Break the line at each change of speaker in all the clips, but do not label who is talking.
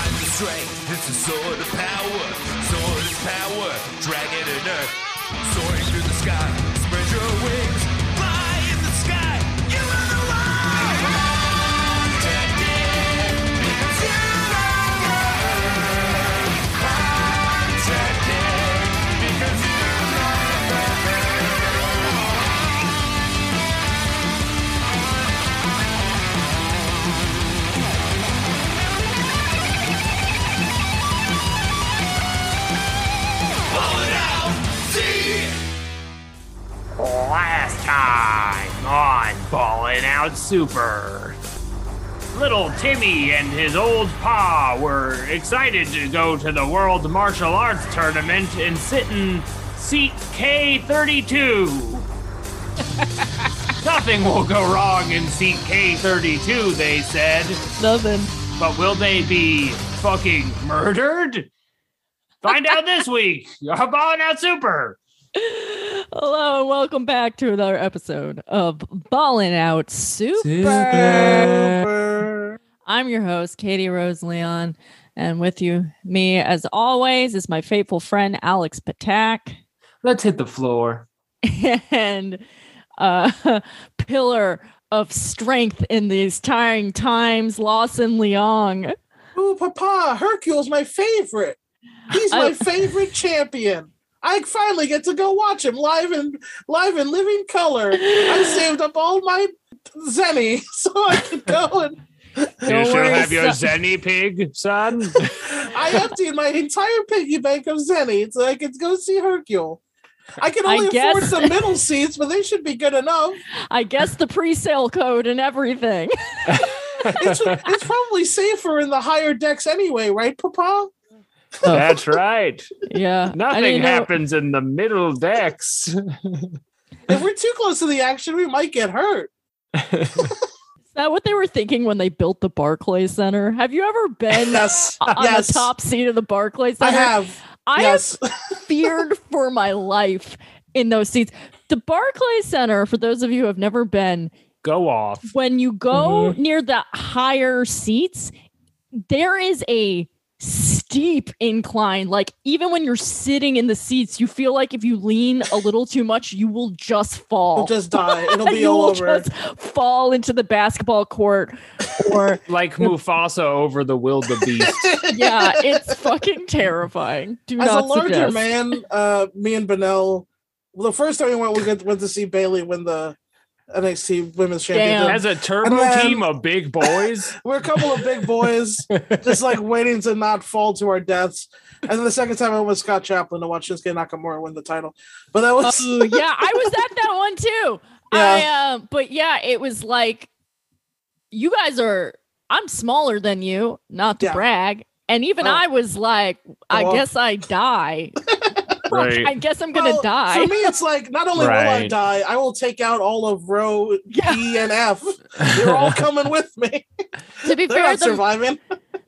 strength. It's a sword of power. Sword is power. Dragon and earth. Soaring through the sky. Spread your wings. Fly in the sky. You are the one. Protected. Because you're on earth. Protected. Because you're on earth. Pull it out. See it.
Last time on Ballin' Out Super. Little Timmy and his old pa were excited to go to the World Martial Arts Tournament and sit in seat K32. Nothing will go wrong in seat K32, they said.
Nothing.
But will they be fucking murdered? Find out this week. on Ballin' Out Super.
Hello and welcome back to another episode of Ballin' Out Super. I'm your host, Katie Rose Leon, and with you, me as always, is my faithful friend Alex Patak
Let's hit the floor.
and uh, pillar of strength in these tiring times, Lawson Leong.
Ooh, Papa, Hercule's my favorite. He's my
I-
favorite champion. I finally get to go watch him live in live in living color. I saved up all my zenny so I could go and
you
Don't
still
worry,
have your
son.
Zenny pig, son?
I emptied my entire piggy bank of zenny so I could go see Hercule. I can
I
only afford
guess-
some middle seats, but they should be good enough.
I guess the pre-sale code and everything.
It's, it's probably safer in the higher decks anyway, right, Papa?
That's right.
Yeah, I
Nothing
didn't know-
happens in the middle decks.
If we're too close to the action, we might get hurt.
Is that what they were thinking when they built the Barclay Center? Have you ever been
Yes,
uh, on
yes,
the top seat of the Barclay
I
Center?
have.
I
yes.
have feared for my life in those seats. The Barclay Center, for those of you who have never been,
Go off.
when you go
Mm-hmm.
near the higher seats, there is a steep incline. Like even when you're sitting in the seats, you feel like if you lean a little too much, you will just fall.
We'll just die. It'll be
you
all
will
over.
just fall into the basketball court or
Like Mufasa over the wildebeest.
yeah, it's fucking terrifying. Do
As a
not
larger
suggest.
man, uh, me and Benel, well, the first time we went, we went, went to see Bailey win the NXT Women's Championship.
As a turbo
And then-
team of big boys.
We're a couple of big boys, just like waiting to not fall to our deaths. And then the second time I went with Scott Chaplin to watch Shinsuke Nakamura win the title, but that was
Oh, yeah, I was at that one too. I um, but yeah, it was like you guys are. I'm smaller than you, not to
Yeah.
brag. And even
Oh.
I was like, I
Well.
guess I die.
Right.
I guess I'm gonna
Well,
die.
For me, it's like not only will I
Right.
die, I will take out all of row
Yeah.
E and F. They're all coming with me.
to be
They're
fair,
not
the,
surviving.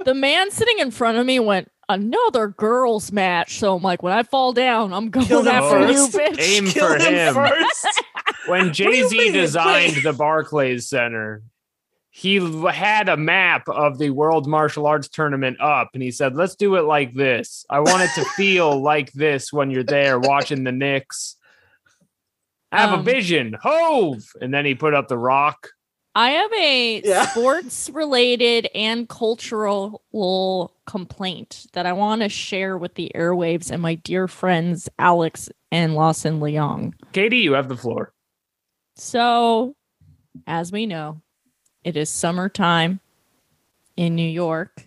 the man sitting in front of me went another girls match. So I'm like, when I fall down, I'm
Kill
going
them
after you,
first.
bitch.
Aim
Kill
for
them
him.
first.
When Jay Z
mean?
designed the Barclays Center, he l- had a map of the World Martial Arts Tournament up and he said, Let's do it like this. I want it to feel like this when you're there watching the Knicks. I have a
Um,
vision. Hove. And then he put up the rock.
I have a
Yeah.
sports related and cultural complaint that I want to share with the airwaves and my dear friends Alex and Lawson Leong.
Katie, you have the floor.
So, as we know, it is summertime in New York.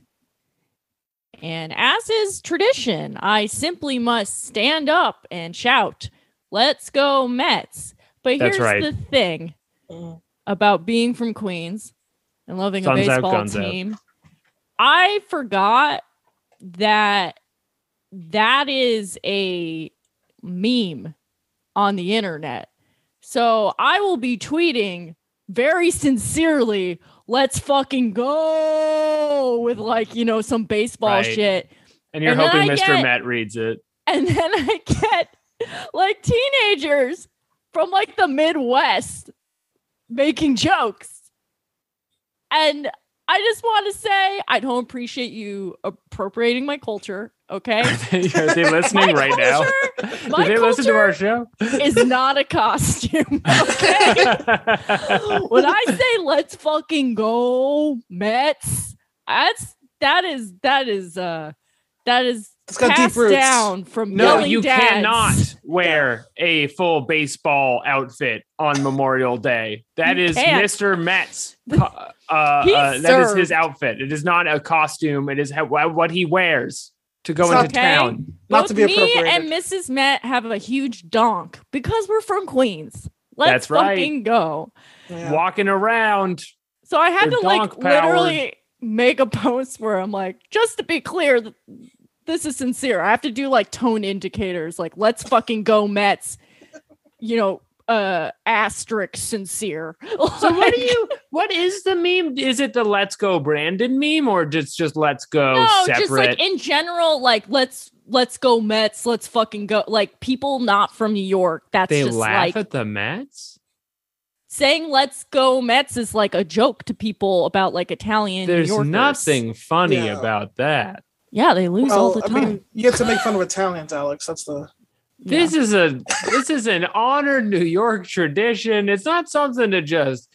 And as is tradition, I simply must stand up and shout, Let's go, Mets. But
That's
here's
right.
the thing about being from Queens and loving
Suns
a
out,
baseball
guns out.
team. I forgot that that is a meme on the internet. So I will be tweeting very sincerely, let's fucking go with like, you know, some baseball
Right.
shit
And you're
And then
hoping
I
Mr.
get-
Matt reads it.
and then I get like teenagers from like the Midwest making jokes. And I just want to say I don't appreciate you appropriating my culture. Okay.
Are they listening
My
right now?
culture-
Did
my
they listen to our show?
is not a costume. Okay. when I say let's fucking go Mets, that's that is that is uh that is
It's got deep
passed
roots.
down from
No,
yelling
you
dads.
cannot wear a full baseball outfit on Memorial Day. That
You
is
can't.
Mr. Metz. Uh, uh, that is his
served.
outfit. It is not a costume. It is how, what he wears to go
It's
into
okay.
town.
Not
Both
to be
me
appropriated.
and Mrs. Met have a huge donk because we're from Queens. Let's
That's right.
fucking go.
Yeah.
Walking around.
So I had
They're
to like
donk powered.
literally make a post where I'm like, just to be clear, th- this is sincere. I have to do like tone indicators, like let's fucking go Mets, you know, uh asterisk sincere.
So what do you what is the meme? Is it the let's go Brandon meme or just just let's go
no,
separate?
just like in general, like let's let's go Mets, let's fucking go. Like people not from New York, that's
they
just
laugh
like
at the Mets?
saying let's go Mets is like a joke to people about like Italian. New
There's
Yorkers.
nothing funny
Yeah.
about that.
Yeah, they lose all
Well,
the
I
time.
mean, you have to make fun of Italians, Alex. That's the
Yeah.
This is a this is an honored New York tradition. It's not something to just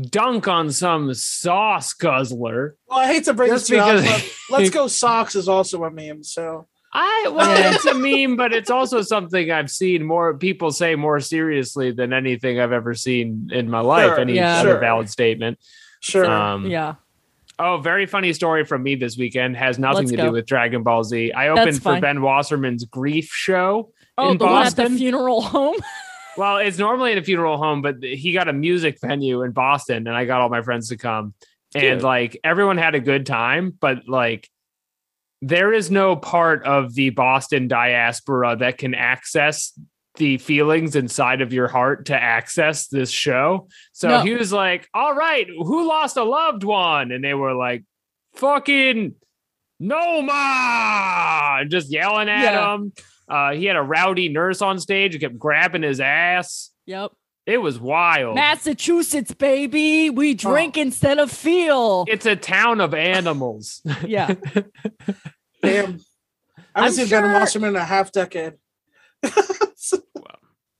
dunk on some sauce guzzler.
well. I hate to break
Just
this to you, Alex,
because-
but Let's go. Socks is also a meme. So
I well, it's a meme, but it's also something I've seen more people say more seriously than anything I've ever seen in my life.
Sure,
Any
yeah.
other
sure.
valid statement.
sure.
Um,
yeah.
Oh, very funny story from me this weekend has nothing
Let's
to
go.
do with Dragon Ball Z. I
That's
opened for
fine.
Ben Wasserman's Grief show.
Oh,
in
the one at
Boston?
the funeral home.
Well, it's normally in a funeral home, but he got a music venue in Boston, and I got all my friends to come, and
Cute.
like everyone had a good time, but like there is no part of the Boston diaspora that can access the feelings inside of your heart to access this show. So
No.
he was like, "All right, who lost a loved one?" And they were like, "Fucking." Noma! And just yelling at
Yeah.
him. Uh, he had a rowdy nurse on stage who kept grabbing his ass.
Yep.
It was wild.
Massachusetts, baby. We
Oh.
drink instead of feel.
it's a town of animals.
Yeah.
Damn, I
I'm
haven't seen Ben
sure-
Wasserman in a half decade.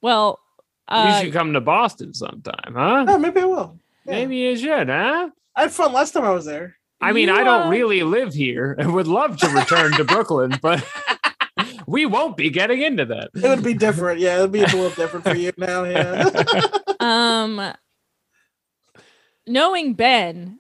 Well, uh,
you should come to Boston sometime, huh?
Oh, maybe I will. Yeah.
Maybe you should, huh?
I had fun last time I was there.
I mean,
You,
I
uh,
don't really live here and would love to return to Brooklyn, but we won't be getting into that.
It would be different. Yeah, it'd be a little different for you now. Yeah.
um, knowing Ben,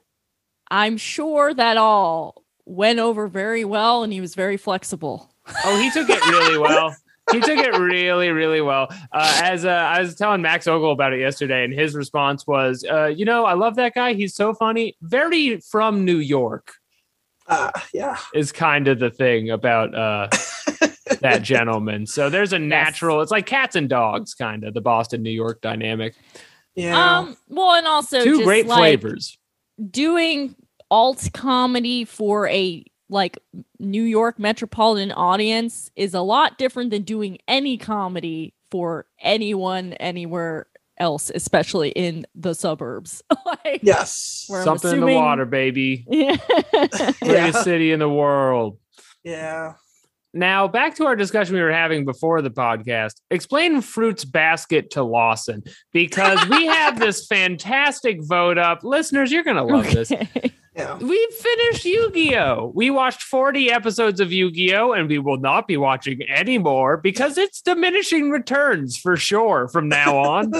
I'm sure that all went over very well and he was very flexible.
Oh, he took it really well. He took it really, really well. Uh, as uh, I was telling Max Ogle about it yesterday, and his response was, uh, "You know, I love that guy. He's so funny. Very from New York
Uh, yeah.
is kind of the thing about uh, that gentleman. So there's a natural. It's like cats and dogs, kind of the Boston New York dynamic.
Yeah.
Um, well, and also
Two
just
great
like,
flavors.
doing alt comedy for a like New York metropolitan audience is a lot different than doing any comedy for anyone anywhere else, especially in the suburbs. like,
yes.
where I'm
Something in
assuming-
the water, baby.
yeah.
Greatest
Yeah.
city in the world.
Yeah.
Now, back to our discussion we were having before the podcast. Explain Fruits Basket to Lawson because we have this fantastic vote up. Listeners, you're going to love this.
Okay.
Yeah.
We finished Yu Gi Oh! We watched 40 episodes of Yu Gi Oh! and we will not be watching any more because it's diminishing returns for sure from now on.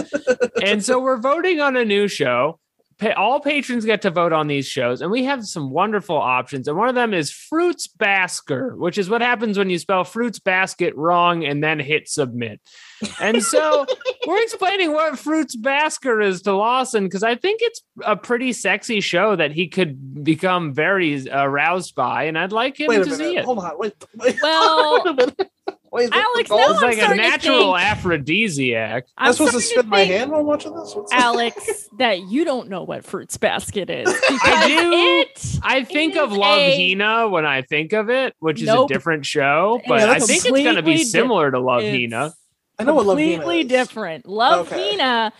and so we're voting on a new show. Pa- All patrons get to vote on these shows, and we have some wonderful options. And one of them is Fruits Basker, which is what happens when you spell Fruits Basket wrong and then hit submit. And so we're explaining what Fruits Basker is to Lawson because I think it's a pretty sexy show that he could become very uh, aroused by, and I'd like him
Wait a
to see
minute.
it.
Hold on. Wait. wait
Well,
wait, is that
Alex,
the goal?
now
It's
I'm
like a
starting to
natural
think-
aphrodisiac.
I'm
I'm
supposed to
starting
spin my
think,
hand while watching this. What's
Alex, that you don't know what Fruits Basket is. Because
do.
It,
I think
is
of Love
a-
Hina when I think of it, which is
Nope.
a different show,
It
but
is
I think it's going to
completely
be
di-
similar to Love
it's
Hina.
I know what love Hina
completely
is.
different. Love
Okay.
Hina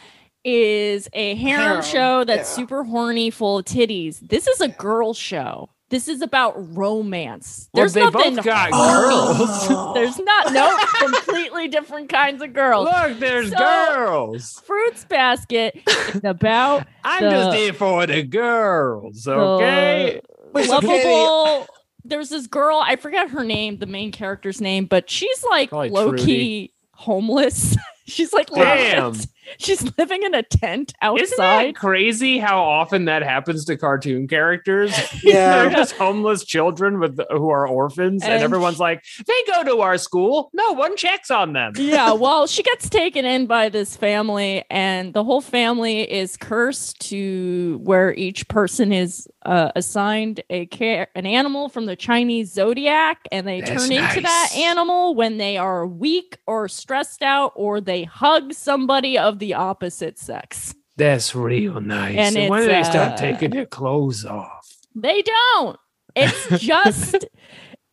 is a harem
Harem,
show that's
yeah.
super horny, full of titties. This is a girl show. This is about romance. There's
well, they
nothing.
both got
Oh.
girls.
There's not no completely different kinds of girls.
Look, there's
So-
girls.
Fruits basket is about
I'm
the-
just here for the girls, okay?
Wait, so Katie,
lovable. There's this girl, I forget her name, the main character's name, but she's like
Probably
low key homeless. she's like
Damn.
lost. She's living in a tent
Oh, Isn't that
outside.
crazy how often that happens to cartoon characters? They're
yeah.
just homeless children with who are orphans, and,
And-
everyone's like, they go to our school. No one checks on them.
yeah, well, she gets taken in by this family, and the whole family is cursed to where each person is uh, assigned a care an animal from the Chinese zodiac, and they
That's
turn into that
nice.
animal when they are weak or stressed out, or they hug somebody of the opposite sex.
That's real nice.
And And when it's, do they start uh, taking
their clothes off?
They don't. It's just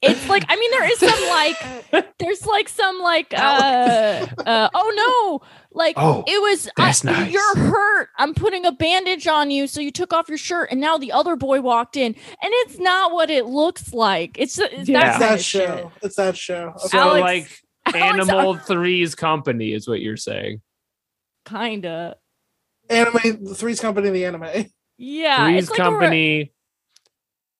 it's like I mean there is some like there's like some like uh, uh oh no like
Oh,
it was
that's
I,
nice.
you're hurt I'm putting a bandage on you so you took off your shirt and now the other boy walked in and it's not what it looks like it's, it's
Yeah.
that
It's
kind
that
of shit uh,
show. It's that show.
So,
Okay.
Alex-
like,
Alex,
Animal Three's company is what you're saying.
kind of
anime, the Three's Company, the anime.
yeah
Three's
it's like a, re-
company.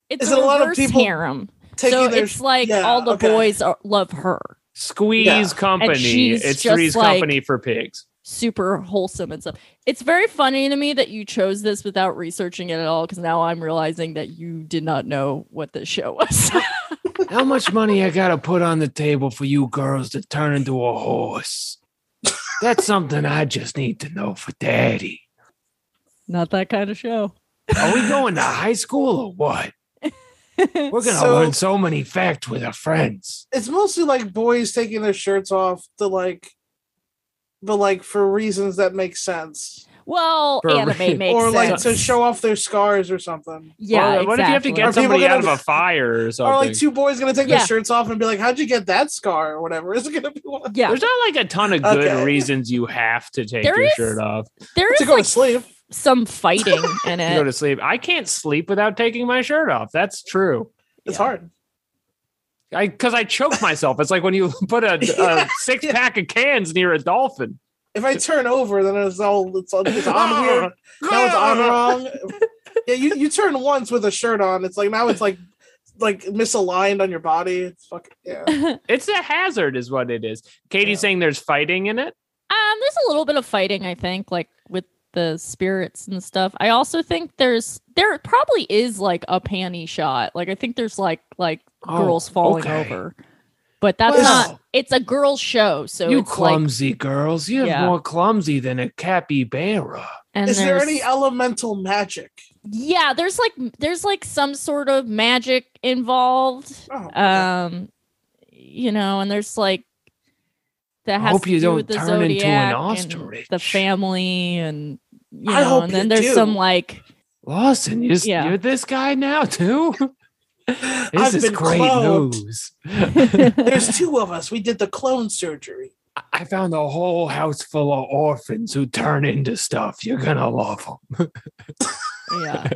it's
Is
a,
it a lot of
reverse
people
harem
Taking
so
their
it's like
yeah,
all the
okay.
boys are, love her
Squeeze
Yeah.
Company.
And she's
It's
just
Three's
like-
Company for pigs.
super wholesome and stuff. It's very funny to me that you chose this without researching it at all because now I'm realizing that you did not know what this show was.
How much money I gotta put on the table for you girls to turn into a horse? That's something I just need to know for daddy.
not that kind of show.
Are we going to high school or what? We're gonna
So-
learn so many facts with our friends.
it's mostly like boys taking their shirts off to like but like for reasons that make sense
Well,
For
anime
real.
makes
or like
sense.
to show off their scars or something
Yeah,
Or Oh, what if you have to
exactly.
get
Are people
somebody out of
gonna-
a fire or something?
or like two boys gonna take
Yeah.
their shirts off and be like how'd you get that scar or whatever is it gonna be one
Yeah,
There's not like a ton of good
Okay.
reasons you have to take
There
your
is-
shirt off
there
to
is
go
like
to sleep
some fighting
to
in
go
it.
to sleep. I can't sleep without taking my shirt off. That's true.
it's
Yeah.
hard
I because I choke myself. It's like when you put a, a
Yeah.
six pack of cans near a dolphin.
if i turn over then it's all it's, all- it's
Oh,
on weird now it's on wrong yeah you, you turn once with a shirt on it's like now it's like like misaligned on your body it's fucking yeah
It's a hazard, is what it is. Katie's
Yeah.
saying there's fighting in it.
Um, there's a little bit of fighting, I think, like with the spirits and stuff. I also think there's there probably is like a panty shot. Like I think there's like like
Oh,
girls falling
okay.
over. But that's
Well-
not it's a girl show, so
you
it's like
clumsy girls. You're
Yeah.
more clumsy than a capybara.
and
is there
there's-
any elemental magic
Yeah, there's like there's like some sort of magic involved.
oh,
Um you know, and there's like that
I
has
hope
to
you
do
don't
with the
turn into an
zodiac and
ostrich.
the family and you
I
know,
hope
and then
you
there's
do.
some like
Lawson, you're, s-
Yeah.
you're this guy now too. This
I've
is
been
great
cloned.
news.
There's two of us. We did the clone surgery.
I- I found a whole house full of orphans who turn into stuff. You're gonna love them.
yeah.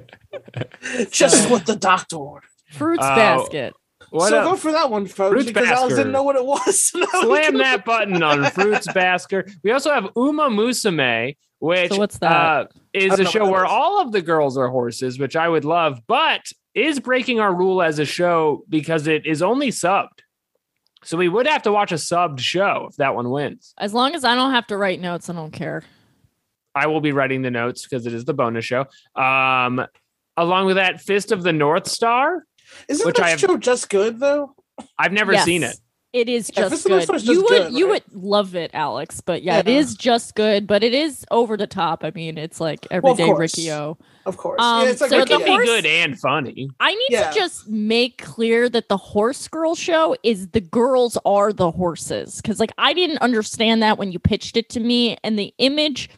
Just what the doctor ordered.
Fruits
Oh,
basket.
What
so
up?
go for that one, folks,
Fruits
because Alex
Basket.
didn't know what it was. Now we
Slam
can-
that button on Fruits Basket. We also have Uma Musume, which
So what's
Uh,
that?
is
don't
a
know
show
what that
where
is.
all of the girls are horses, which I would love, but is breaking our rule as a show because it is only subbed. So we would have to watch a subbed show if that one wins.
As long as I don't have to write notes, I don't care.
I will be writing the notes because it is the bonus show. Um, along with that, Fist of the North Star.
Isn't
which
that
I have-
show just good though?
I've never
Yes.
seen it.
It is
Yeah,
just
Fist of the
good.
North Star's
you
just
would
good,
you
right?
would love it, Alex. But yeah, it
Yeah.
is just good, but it is over the top. I mean, it's like
of
everyday
course.
Ricky O.
Of course.
Um,
yeah, it's like
so
It
Ricky
the
can
Morty.
be
horse-
good and funny.
I need
Yeah.
to just make clear that the horse girl show is the girls are the horses. Cause like I didn't understand that when you pitched it to me. And the image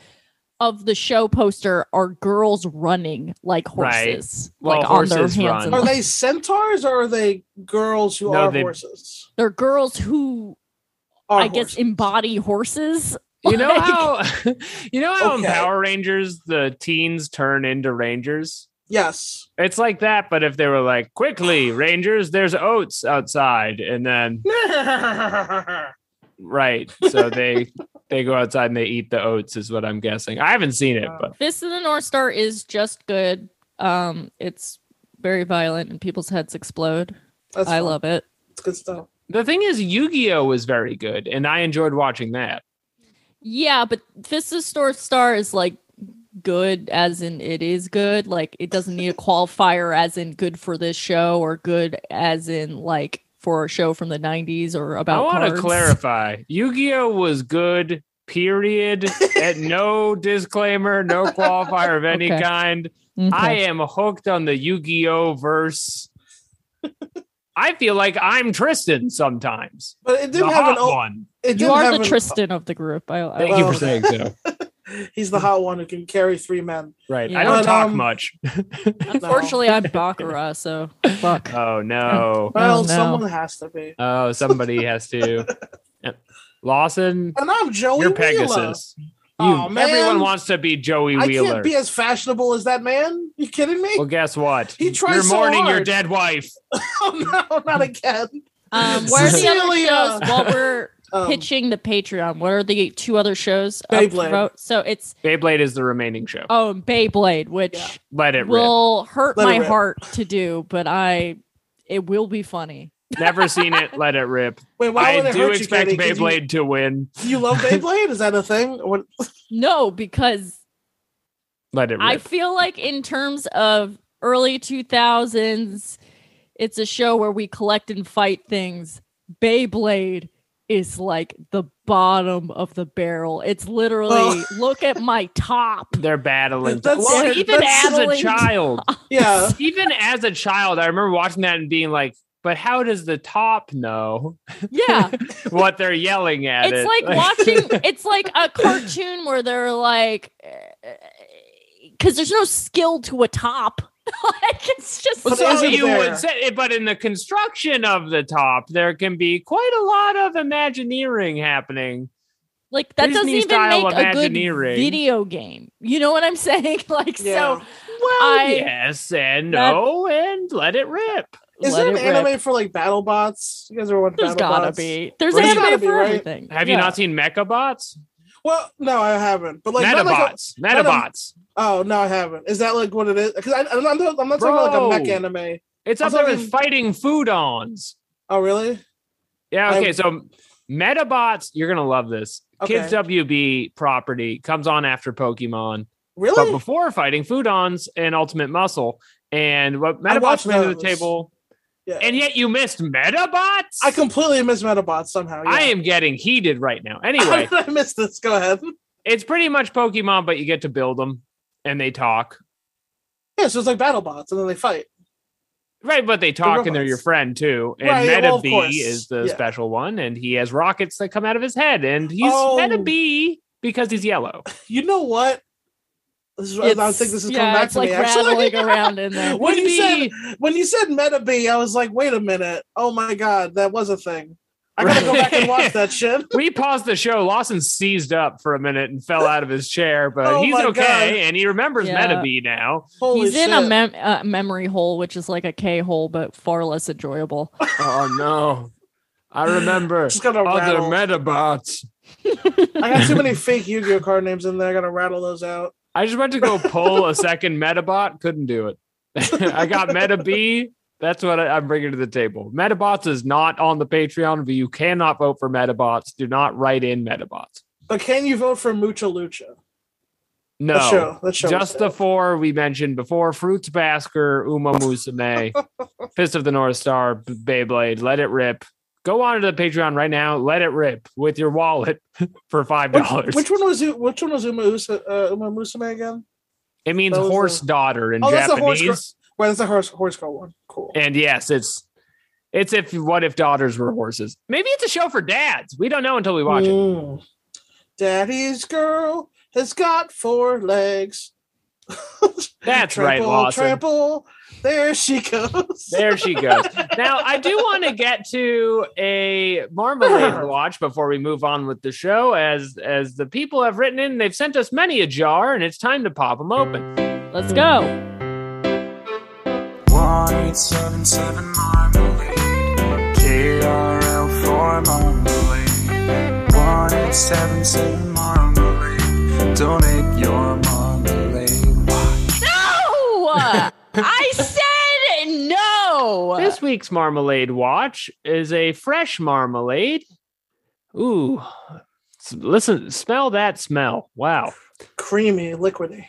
of the show poster are girls running like
Right.
horses.
Well,
like
horses
on their
run.
hands
Are
and
they centaurs or are they girls who
No,
are
they-
horses?
they're girls who
Are
I guess
horses.
embody horses.
You know how you know how in
Okay.
Power Rangers the teens turn into Rangers?
Yes.
It's like that, but if they were like, quickly, Rangers, there's oats outside, and then right. So they they go outside and they eat the oats, is what I'm guessing. I haven't seen it, but
Fist of the North Star is just good. Um, it's very violent and people's heads explode.
That's
I
fun.
love it.
It's good stuff.
the thing is Yu-Gi-Oh! was very good, and I enjoyed watching that.
Yeah, but Fist of the North Star is like good as in it is good. Like it doesn't need a qualifier as in good for this show or good as in like for a show from the 90s or about
I want to
cards.
clarify. Yu-Gi-Oh was good. Period. At no disclaimer, no qualifier of any
Okay.
kind.
Okay.
I am hooked on the Yu-Gi-Oh verse. I feel like I'm Tristan sometimes.
But it
The
didn't have an
hot
old.
one.
It didn't
you are
have
the
an-
Tristan of the group. I, I
Thank you
well-
for saying so.
He's the hot one who can carry three men.
Right.
Yeah.
I don't
But,
talk
um,
much.
unfortunately I'm Baccarat, so fuck.
Oh no.
Well,
Oh, no.
someone has to be.
Oh, somebody has to. Lawson,
And I'm Joey
you're
Wheeler.
Pegasus.
Aw, Oh, man.
Everyone wants to be Joey
I
Wheeler.
can't be as fashionable as that man. You kidding me?
Well, guess what?
He tries
You're
so
mourning your
hard.
dead wife.
oh no, not again.
Um, what are the other
Cecilia.
shows? While we're
uh, Um,
pitching the Patreon, what are the two other shows? up
Beyblade.
for vote? So it's
Beyblade is the remaining show.
oh and Beyblade, which
Yeah.
Let it rip.
will hurt
Let it
my
rip.
heart to do, but I it will be funny.
Never seen it. Let it rip.
Wait, why would
I
it
do
hurt
expect
you, Katie? 'Cause
Beyblade to win.
You, you love Beyblade? Is that a thing? What,
No, because
Let it rip.
I feel like in terms of early two thousands, it's a show where we collect and fight things. Beyblade is like the bottom of the barrel. It's
Oh.
literally look at my top.
They're battling.
That's-
well,
that's-
even
that's-
as a
battling.
child,
yeah.
even as a child, I remember watching that and being like, but how does the top know
Yeah.
what they're yelling at?
it's
it?
like watching it's like a cartoon where they're like because there's no skill to a top like it's just
But
so
isn't
you
there-
would say it, but in the construction of the top, there can be quite a lot of imagineering happening.
like that doesn't
Disney
even
style
make a good
Imagineering.
video game you know what i'm saying like
Yeah.
so
Well,
I-
yes and
that-
no, and let it rip.
Is
let
there an
it rip.
anime for like battle bots? You guys ever watched
there's
battle
gotta
bots?
be there's
There's
anime
gotta
for
be, right?
everything
Have you
Yeah.
not seen Mechabots?
Well, no, I haven't. But like, not like a-
Metabots.
not a-
Metabots.
oh no, I haven't. Is that like what it is? Because I'm not, I'm not talking about like a mech
Bro.
anime.
It's
I'm
up there
talking-
with fighting foodons.
Oh really?
Yeah,
I-
okay. so Metabots, you're gonna love this.
Okay.
Kids WB property comes on after Pokemon, but
Really?
before fighting Foodons and Ultimate Muscle. And what
I
Metabots
watched
bring to the
those.
table,
yeah.
and yet you missed Metabots.
I completely missed Metabots somehow. yeah.
I am getting heated right now. Anyway,
How did I miss this? Go ahead.
it's pretty much Pokemon, but you get to build them and they talk.
Yeah, so it's like battle bots, and then they fight.
Right, but they talk and they're your
robots.
friend too. And
Right,
Meta
well, of
Bee
course.
is the
Yeah.
special one, and he has rockets that come out of his head, and he's
Oh.
Meta Bee because he's yellow.
You know what? This is, I don't
It's-
think this is
yeah,
coming back
it's
to
like
me.
rattling
Actually,
around in there
when
Would
you
be-
said when you said Meta Bee, I was like, wait a minute. Oh my god, that was a thing. I gotta go back and watch that shit.
we paused the show. Lawson seized up for a minute and fell out of his chair, but
Oh
he's
my
okay
God.
and he remembers
Yeah.
Metabee now.
Holy
he's
shit!
in a mem- uh, memory hole which is like a k-hole but far less enjoyable
Oh no. I remember
Just gotta rattle.
Metabots.
I got too many fake Yu-Gi-Oh card names in there. I gotta rattle those out.
I just went to go pull a second Metabot, couldn't do it. I got Metabee. That's what I, I'm bringing to the table. Metabots is not on the Patreon, but you cannot vote for Metabots. Do not write in Metabots.
But can you vote for Mucha Lucha?
No.
That show. That show.
just
was
the
it.
four we mentioned before fruits basker uma musume fist of the north star B- beyblade let it rip go on to the patreon right now let it rip with your wallet for five dollars
Which, which one was U- which one was Uma, Usa, uh, Uma Musume again?
it means
those are-
horse daughter in
Oh, that's a horse
japanese
Well, that's the horse horse girl one. Cool.
and yes it's it's if what if daughters were horses maybe it's a show for dads we don't know until we watch it
Mm. Daddy's girl has got four legs.
That's right,
Trample,
Lawson.
Trample There she goes.
There she goes. now, I do want to get to a marmalade watch before we move on with the show, as as the people have written in, they've sent us many a jar, and it's time to pop them open.
Let's go.
1877 Marmalade. KRL for Marmalade. 1877 Marmalade. Donate your Marmalade watch.
No! I said no.
This week's marmalade watch is a fresh marmalade. Ooh, S- listen, smell that smell! Wow.
Creamy, liquidy.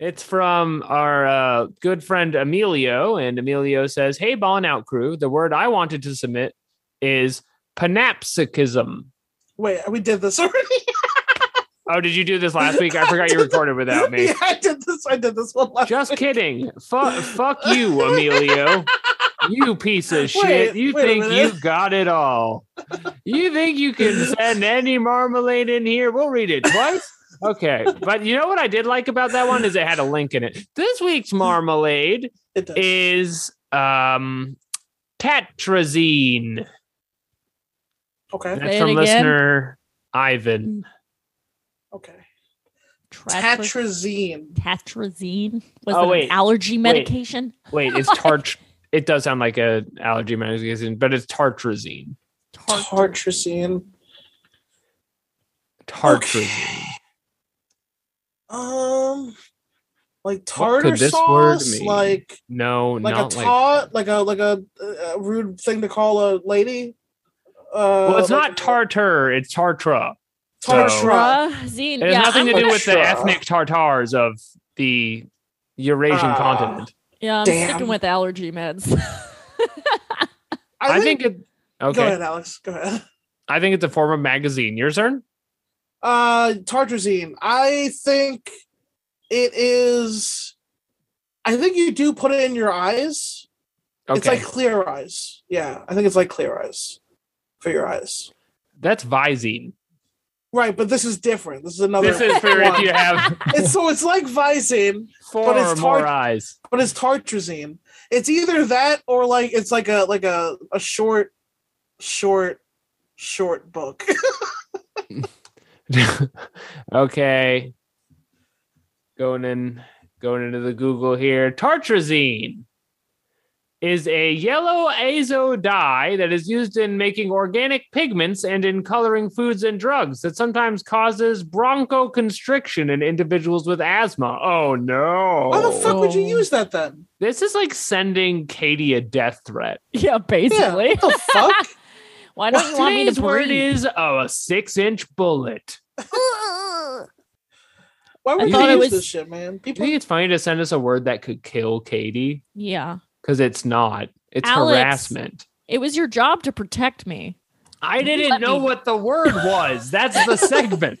It's from our uh, good friend Emilio, and Emilio says, "Hey, Ballin' Out crew. The word I wanted to submit is panapsychism.
Wait, we did this already.
Oh, did you do this last week? I forgot you recorded without me.
yeah, I did this. I did this one last.
Just kidding. Fuck, fuck you, Emilio. You piece of shit.
Wait,
You
wait a
think
minute.
you got it all. You think you can send any marmalade in here? We'll read it twice. Okay. But you know what I did like about that one is it had a link in it. This week's marmalade
It does.
is um tetrazine.
okay.
Say
That's
it
from
again.
listener Ivan.
Okay.
Tetra-
Tetrazine.
Tetrazine was
Oh,
it
wait.
an allergy medication.
Wait, it's tart it does sound like a allergy medication, but it's tartrazine.
Tartrazine.
Tartrazine.
Um, like
What
tartar
could this word
sauce,
mean?
like
No,
like a
not like
taut, like, a like a, uh rude thing to call a lady. Uh,
Well, it's
like
not tartar, it's tartra.
tartra.
Tetrazine.
It has
yeah,
nothing
I'm
to do
gonna-
with the
Tartra.
ethnic Tartars of the Eurasian
Ah.
continent.
Yeah, I'm
Damn.
sticking with allergy meds.
I, think, it
Go
okay.
ahead, Alex. Go ahead.
I think it's a form of magazine. Your turn?
Uh, tartrazine. I think it is. I think you do put it in your eyes.
Okay.
It's like clear eyes. Yeah, I think it's like clear eyes for your eyes.
That's visine.
Right, but this is different. This is another.
This is for if
one.
you have
It's so it's like Visine,
four
it's
or more
tart-
eyes.
but it's tartrazine. It's either that or like it's like a like a a short, short, short book.
okay. Going in going into the Google here. Tartrazine is a yellow azo dye that is used in making organic pigments and in coloring foods and drugs that sometimes causes bronchoconstriction in individuals with asthma. Oh no.
Why the fuck would you
Oh.
use that then?
This is like sending Katie a death threat.
yeah, basically.
What the fuck?
Why don't you want me
Today's
to
word
breathe?
is oh, a six-inch bullet.
Why
I
would you
thought it
use
was-
this shit, man?
Do
People.
you think it's funny to send us a word that could kill Katie?
Yeah,
Because it's not. It's
Alex.
harassment.
it was your job to protect me.
I didn't
Let
know
me-
what the word was. That's the segment.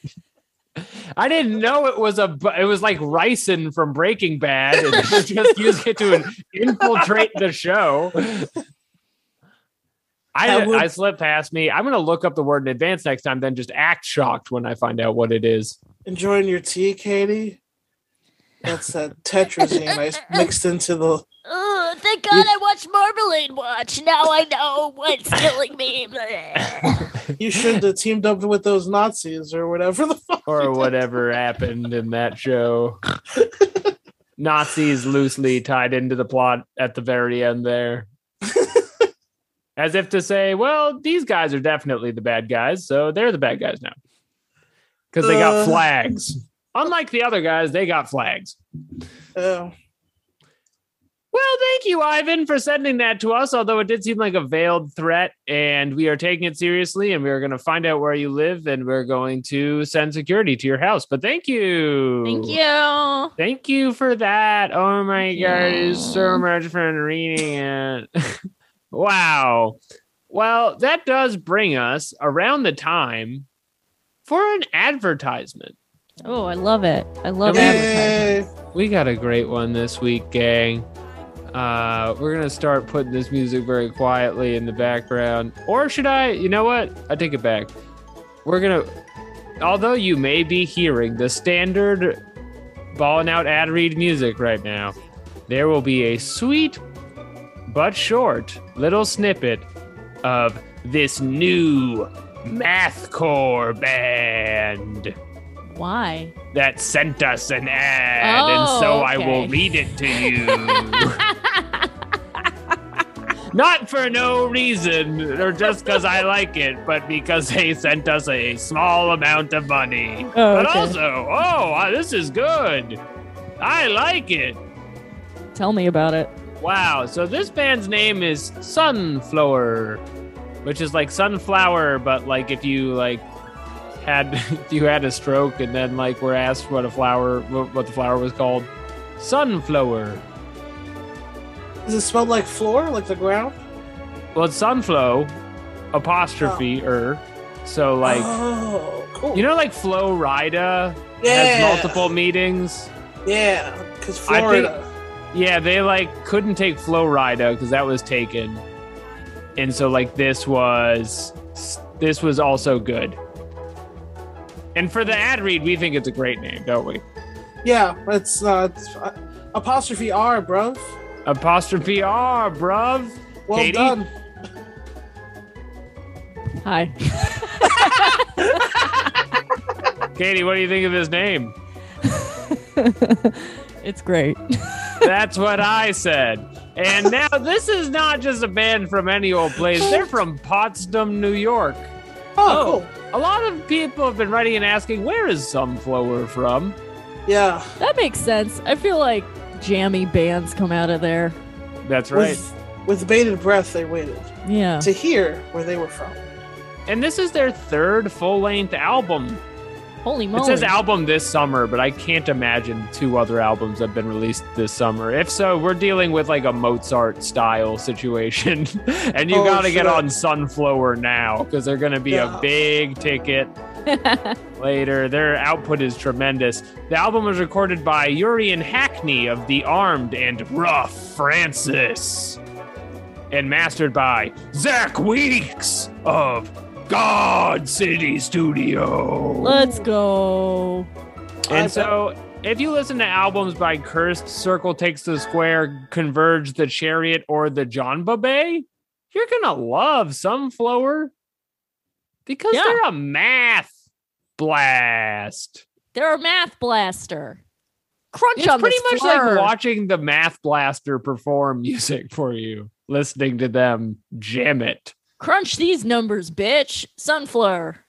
I didn't know it was a. bu- It was like ricin from Breaking Bad, and they just used it to in- infiltrate the show. I,
That would-
I slipped past me. I'm gonna look up the word in advance next time, then just act shocked when I find out what it is.
Enjoying your tea, Katie. That's that tetrazine I s- mixed into the.
Ugh, thank God I watched Marmalade Watch. Now I know what's killing me.
You should have teamed up with those Nazis or whatever the fuck.
or whatever happened in that show. Nazis loosely tied into the plot at the very end there. As if to say, well, these guys are definitely the bad guys, so they're the bad guys now. Because they got
Uh.
flags. Unlike the other guys, they got flags.
Yeah.
Well, thank you, Ivan, for sending that to us, although it did seem like a veiled threat, and we are taking it seriously, and we're going to find out where you live, and we're going to send security to your house. But thank you.
Thank you.
Thank you for that. Oh my god, it's so
Yeah.
much fun reading it. wow. Well, that does bring us around the time for an advertisement.
Oh, I love it. I love
Come
advertising.
Yay.
We got a great one this week, gang. Uh, we're gonna start putting this music very quietly in the background. Or should I? You know what? I take it back. We're gonna. Although you may be hearing the standard balling out ad read music right now, there will be a sweet but short little snippet of this new mathcore band
Why?
that sent us an ad, and
Oh,
so I will
okay.
read it to you. Not for no reason, or just because I like it, but because they sent us a small amount of money.
Oh,
but
okay.
also, oh, uh, this is good. I like it.
Tell me about it.
Wow. So this band's name is Sunflower, which is like sunflower, but like if you like had if you had a stroke and then like were asked what a flower what what the flower was called, sunflower.
Is it spelled like floor, like the ground?
Well, it's sunflow apostrophe er. So like
oh, cool.
you know like Flo Rida has
yeah,
multiple meanings.
Yeah, because
I think-
Florida.
Yeah, they like couldn't take Flow Rida because that was taken, and so like this was this was also good. And for the ad read, we think it's a great name, don't we?
Yeah, it's uh, it's, uh, apostrophe R, bro.
Apostrophe R, bruv.
Well
Katie?
done.
Hi.
Katie, what do you think of this name?
it's great.
That's what I said. And now this is not just a band from any old place. They're from Potsdam, New York.
Oh, cool.
A lot of people have been writing and asking, where is Sunflower from?
Yeah.
That makes sense. I feel like jammy bands come out of there.
That's right.
With, with bated breath, they waited
Yeah.
to hear where they were from.
And this is their third full length album.
Holy moly.
It says album this summer, but I can't imagine two other albums have been released this summer. If so, we're dealing with like a Mozart style situation. and you
Oh,
got to get
shit.
on Sunflower now because they're going to be
Yeah.
a big ticket later. Their output is tremendous. The album was recorded by Urian Hackney of The Armed and Rough Francis and mastered by Zach Weeks of God City Studio.
Let's go.
I
And
bet.
so, if you listen to albums by Cursed, Circle Takes the Square, Converge, The Chariot, or The John Bay, you're gonna love Sunflower because
Yeah.
they're a math blast.
They're a math blaster. Crunch
It's
on
pretty
this
much
floor.
like watching the math blaster perform music for you, listening to them jam it.
Crunch these numbers, bitch. Sunflower.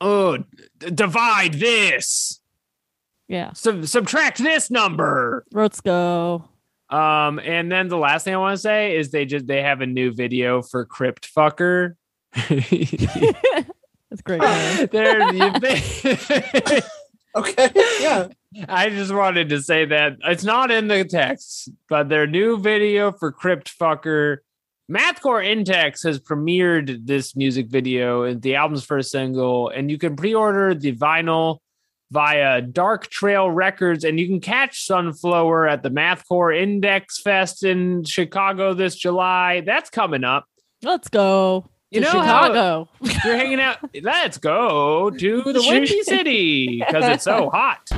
Oh, d- divide this.
Yeah.
Sub- subtract this number.
Let's go.
Um, and then the last thing I want to say is they just they have a new video for Crypt Fucker.
That's great. man.
There, you think-
Okay. yeah.
I just wanted to say that it's not in the text, but their new video for Crypt Fucker. Mathcore Intex has premiered this music video and the album's first single, and you can pre-order the vinyl via Dark Trail Records, and you can catch Sunflower at the Mathcore Index Fest in Chicago this July. That's coming up.
Let's go.
You
to
know how-
Chicago.
You're hanging out. Let's go to the Windy City because it's so hot.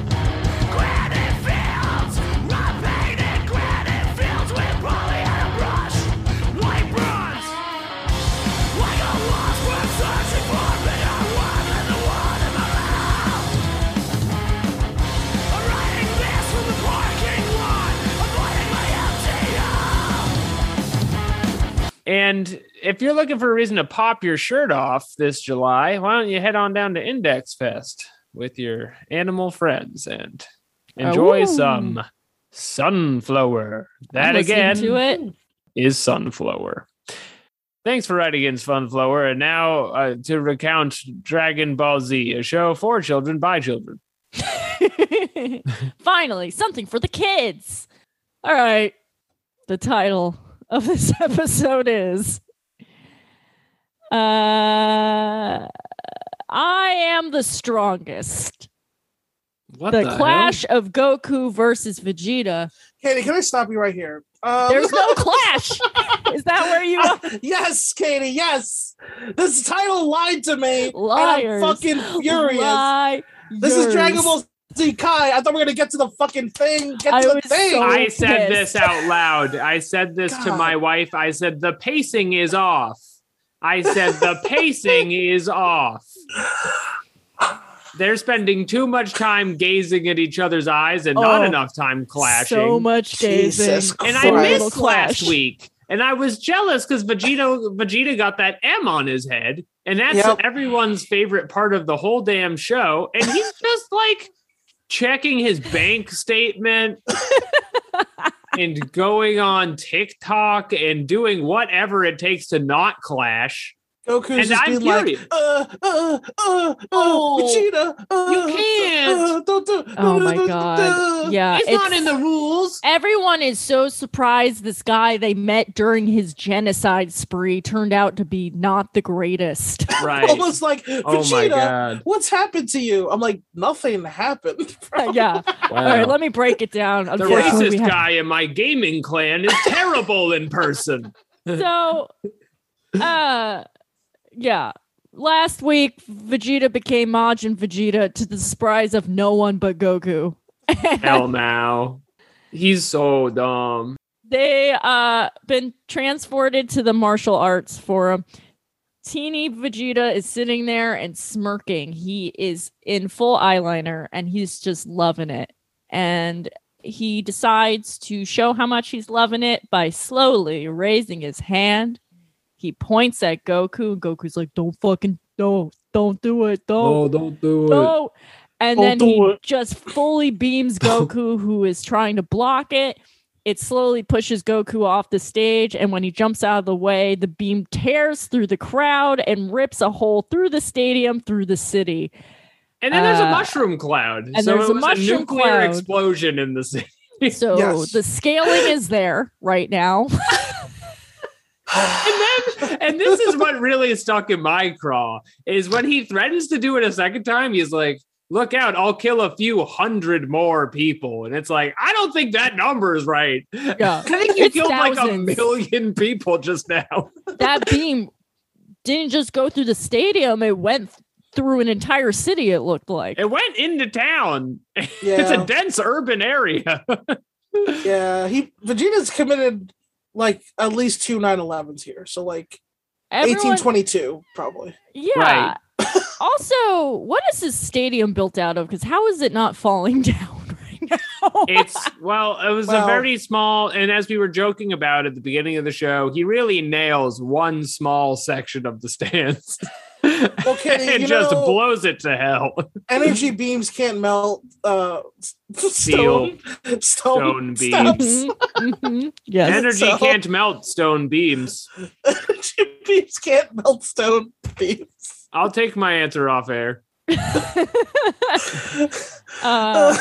And if you're looking for a reason to pop your shirt off this July, why don't you head on down to Index Fest with your animal friends and enjoy
Ooh.
some sunflower.
Oh. I'm
That
listening
again
To it.
is sunflower. Thanks for writing in Sunflower, and now uh, to recount Dragon Ball Z, a show for children by children.
Finally, something for the kids. All right. The title of this episode is uh I am the strongest.
What
the,
hell?
clash of Goku versus Vegeta.
Katie, can I stop you right here? Um,
There's no clash. Is that where you are?
yes, Katie. Yes. This title lied to me. and
Liars.
I'm fucking furious.
Liars.
This is Dragon Ball See, Kai, I thought we were gonna get to the fucking thing. Get to
I
the
was
thing.
so-
I said
pissed.
this out loud. I said this to
God.
my wife. I said, the pacing is off. I said, the pacing is off. They're spending too much time gazing at each other's eyes and not
Oh,
enough time clashing.
So much gazing.
Jesus
and
Christ.
I missed last week. And I was jealous because Vegeta Vegeta got that M on his head, and that's
Yep.
everyone's favorite part of the whole damn show. And he's just like checking his bank statement and going on TikTok and doing whatever it takes to not clash.
Goku's
And
just
I'm
being like,
furious.
uh, uh, uh, uh, Vegeta, uh,
you can't.
uh, don't do-
Oh my
uh, uh,
god. Yeah.
it's, not in the rules.
Everyone is so surprised this guy they met during his genocide spree turned out to be not the greatest.
Right.
Almost like
oh my
Vegeta,
god.
what's happened to you? I'm like, nothing happened.
yeah. All right, let me break it down.
the
Unfortunately, we
racist
have-
guy in my gaming clan is terrible in person.
so uh yeah last week vegeta became majin vegeta to the surprise of no one but goku
Hell now. He's so dumb.
they uh been transported to the martial arts forum teeny vegeta is sitting there and smirking he is in full eyeliner and he's just loving it and he decides to show how much he's loving it by slowly raising his hand he points at goku and goku's like don't fucking don't don't do it don't
don't do
no. And
Don't
then
do
he
it.
just fully beams Goku, who is trying to block it. It slowly pushes Goku off the stage. And when he jumps out of the way, the beam tears through the crowd and rips a hole through the stadium, through the city.
And then there's a
Uh,
mushroom cloud.
and
so
there's
it
a
was
mushroom
nuclear
cloud.
explosion in the city.
So
Yes.
the scaling is there right now.
And then and this is what really stuck in my craw is when he threatens to do it a second time, he's like, Look out, I'll kill a few hundred more people. And it's like, I don't think that number is right.
Yeah.
I think you
uh, It's
killed like a
thousands.
million people just now.
that beam didn't just go through the stadium, it went through an entire city, it looked like.
It went into town. It's a dense urban area.
Yeah, he Vegeta's committed like at least two 9-11s here. So like
Everyone-
1822 probably.
Yeah.
Right.
also, what is this stadium built out of? Because how is it not falling down right now?
it's well, it was
Well-
a very small, and as we were joking about at the beginning of the show, he really nails one small section of the stands
Well, Kenny,
and
you
just
know-
blows it to hell.
Energy beams can't melt uh s- stone
Stone
stone, steps.
Mhm, mhm. Yes.
Energy
so?
can't melt stone beams.
Energy beams can't melt stone beams.
I'll take my answer off air.
Uh,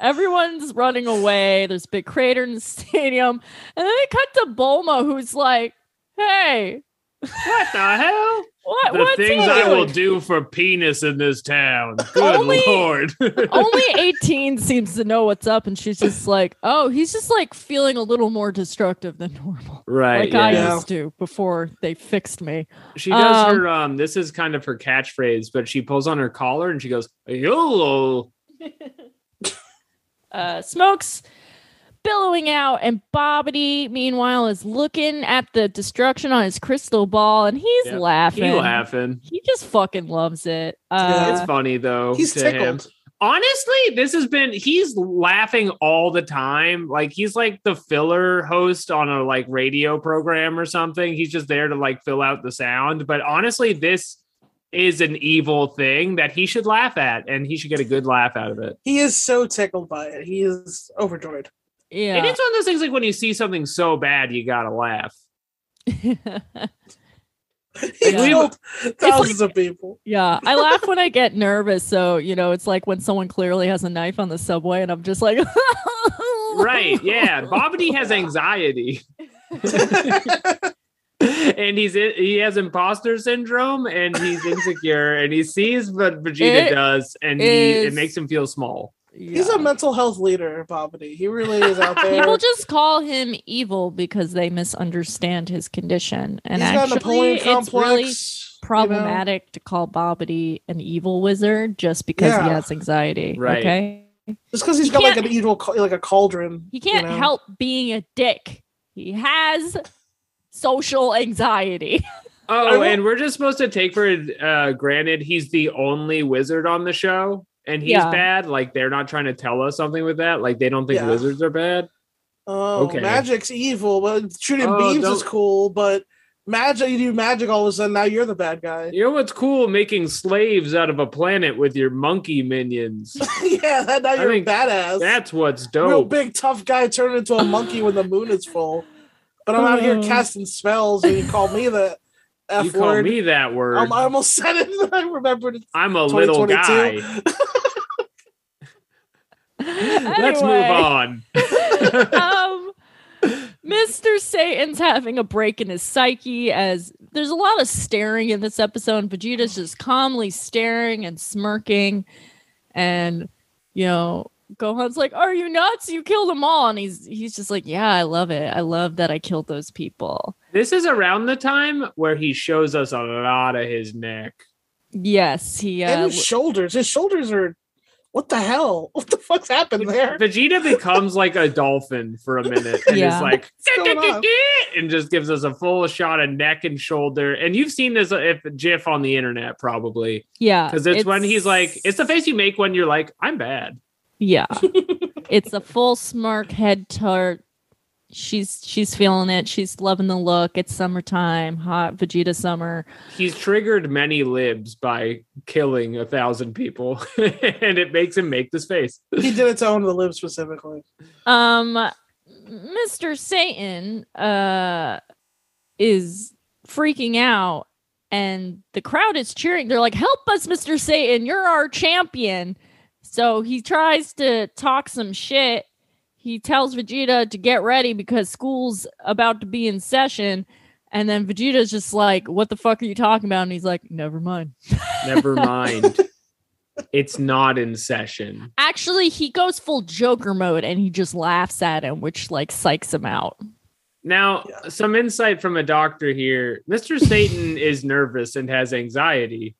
everyone's running away. There's a big crater in the stadium. And then they cut to Bulma, who's like, hey,
What the hell?
what,
The
what's
things
he
I will
doing?"
do for penis in this town. Good
Only-
lord.
Only 18 seems to know what's up. And she's just like, oh, he's just like feeling a little more destructive than normal.
right.
like I
yeah.
used to before they fixed me.
She does
Um,
her um this is kind of her catchphrase, but she pulls on her collar and she goes, YOLO.
uh, smokes billowing out and bobbity meanwhile is looking at the destruction on his crystal ball and he's
Yeah, he
laughing
He laughing.
He just fucking loves it
Yeah,
uh,
it's funny though.
He's
to him.
tickled.
Honestly, this has been he's laughing all the time. Like he's like the filler host on a like radio program or something. He's just there to like fill out the sound. But honestly, this is an evil thing that he should laugh at and he should get a good laugh out of it.
He is so tickled by it. He is overjoyed.
yeah
And it's one of those things like when you see something so bad, you gotta laugh.
He
Yeah.
killed thousands of people.
yeah i laugh when i get nervous so you know it's like when someone clearly has a knife on the subway and i'm just like
right yeah bobbity has anxiety and he's in, he has imposter syndrome and he's insecure and he sees what vegeta
It
does and he, it
is-
makes him feel small
He's
Yeah.
a mental health leader, Bobbity. He really is out there.
People just call him evil because they misunderstand his condition. And
He's got a
actually,
Napoleon
it's
complex.
really
you know?
problematic to call Bobbity an evil wizard just because he
Yeah.
has anxiety.
Right.
Okay.
Just because he's
You
got like
can't-
an evil, ca- like a cauldron.
He can't
you know?
help being a dick. He has social anxiety.
I
Oh,
will-
and we're just supposed to take for uh, granted he's the only wizard on the show, and he's
Yeah.
bad. Like they're not trying to tell us something with that. Like they don't think
Yeah.
wizards are bad.
Oh,
Okay.
magic's evil. Well, shooting
Oh,
beams
don't-
is cool, but magic, you do magic all of a sudden. Now you're the bad guy.
You know what's cool? Making slaves out of a planet with your monkey minions.
yeah, that, now
I
you're a
think
badass.
That's what's
Real
dope.
big tough guy turned into a monkey when the moon is full. But I'm out here
Oh.
casting spells, and you call me the
Uh. you
f
call
word.
me that word.
Um, I almost said it, and I remembered it.
I'm a little guy.
2022.
Let's move on.
um, Mr. Satan's having a break in his psyche as there's a lot of staring in this episode.
Mm-hmm.
Vegeta's just calmly staring and smirking. And, you know, Gohan's like, Are you nuts? You killed them all. And he's he's just like, Yeah, I love it. I love that I killed those people.
This is around the time where he shows us a lot of his neck.
Yes, he
and
uh,
his shoulders. His shoulders are. What the hell? What the fuck's happened there?
Vegeta becomes like a dolphin for a minute and
Yeah.
is like
What's going on?
and just gives us a full shot of neck and shoulder. And you've seen this if GIF on the internet probably
yeah.
because it's, when he's like, it's the face you make when you're like, I'm bad.
Yeah. it's a full smirk head tart. She's she's feeling it. She's loving the look. It's summertime, hot Vegeta summer.
He's triggered many libs by killing a thousand people, and it makes him make this face.
He did it to own the lib specifically.
Um Mr. Satan uh is freaking out and the crowd is cheering. They're like, "Help us, Mr. Satan. You're our champion." So he tries to talk some shit. He tells Vegeta to get ready because school's about to be in session. And then Vegeta's just like, What the fuck are you talking about? And he's like, Never mind.
Never mind. It's not in session.
Actually, he goes full Joker mode and he just laughs at him, which like psychs him out.
Now, some insight from a doctor here. Mr. Satan is nervous and has anxiety.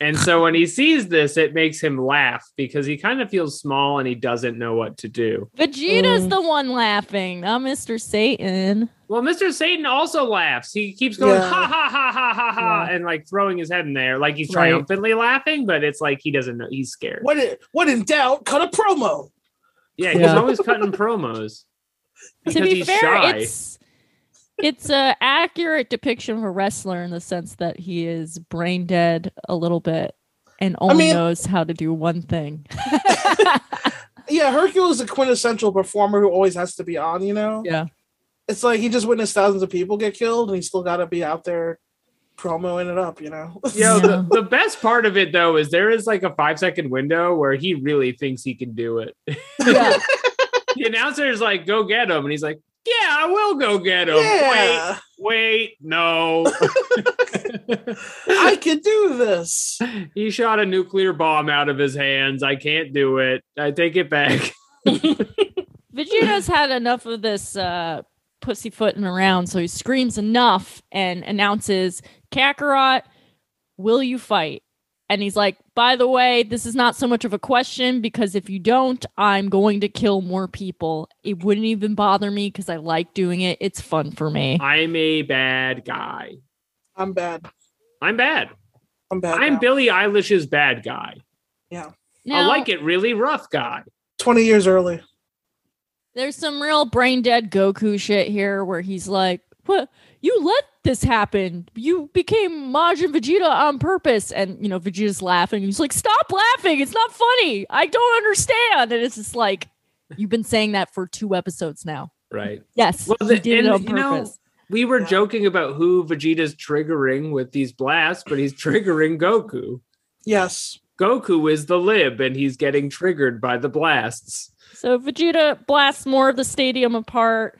And so when he sees this, it makes him laugh because he kind of feels small and he doesn't know what to do.
Vegeta's
Mm.
the one laughing, not Mr. Satan.
Well, Mr. Satan also laughs. He keeps going,
Yeah.
ha ha ha ha ha ha, and like throwing his head in there, like he's
Right.
triumphantly laughing, but it's like he doesn't know. He's scared.
What? i- What in doubt? Cut a promo.
Yeah, he's
Yeah.
always cutting promos.
to
Because
be
he's
fair,
shy.
it's it's a accurate depiction of a wrestler in the sense that he is brain dead a little bit and only
mean-
knows how to do one thing.
Yeah, Hercule is a quintessential performer who always has to be on. You know.
Yeah.
It's like he just witnessed thousands of people get killed, and he still got to be out there promoing it up. You know.
Yo,
Yeah.
the, the best part of it though is there is like a five second window where he really thinks he can do it.
Yeah.
the announcer's like, "Go get him," and he's like, "Yeah, I will go get him."
yeah,
Wait, wait, no.
I could do this.
he shot a nuclear bomb out of his hands. I can't do it. I take it back.
Vegeta's had enough of this uh pussyfooting around, so he screams enough and announces, Kakarot, will you fight? And he's like, by the way, this is not so much of a question because if you don't, I'm going to kill more people. It wouldn't even bother me because I like doing it. It's fun for me.
I'm a bad guy.
I'm bad.
I'm bad.
I'm bad.
I'm
now.
Billie Eilish's bad guy. I
Now,
like it really rough guy.
Twenty years early.
There's some real brain dead Goku shit here where he's like, What you let this happen. You became Majin Vegeta on purpose. And you know, Vegeta's laughing. He's like, Stop laughing, it's not funny. I don't understand. And it's just like, You've been saying that for two episodes now.
Right.
Yes.
Well,
you
the-
did it
and,
on
you know,
purpose.
We were
Yeah.
joking about who Vegeta's triggering with these blasts, but he's triggering Goku.
Yes.
Goku is the lib and he's getting triggered by the blasts.
So Vegeta blasts more of the stadium apart.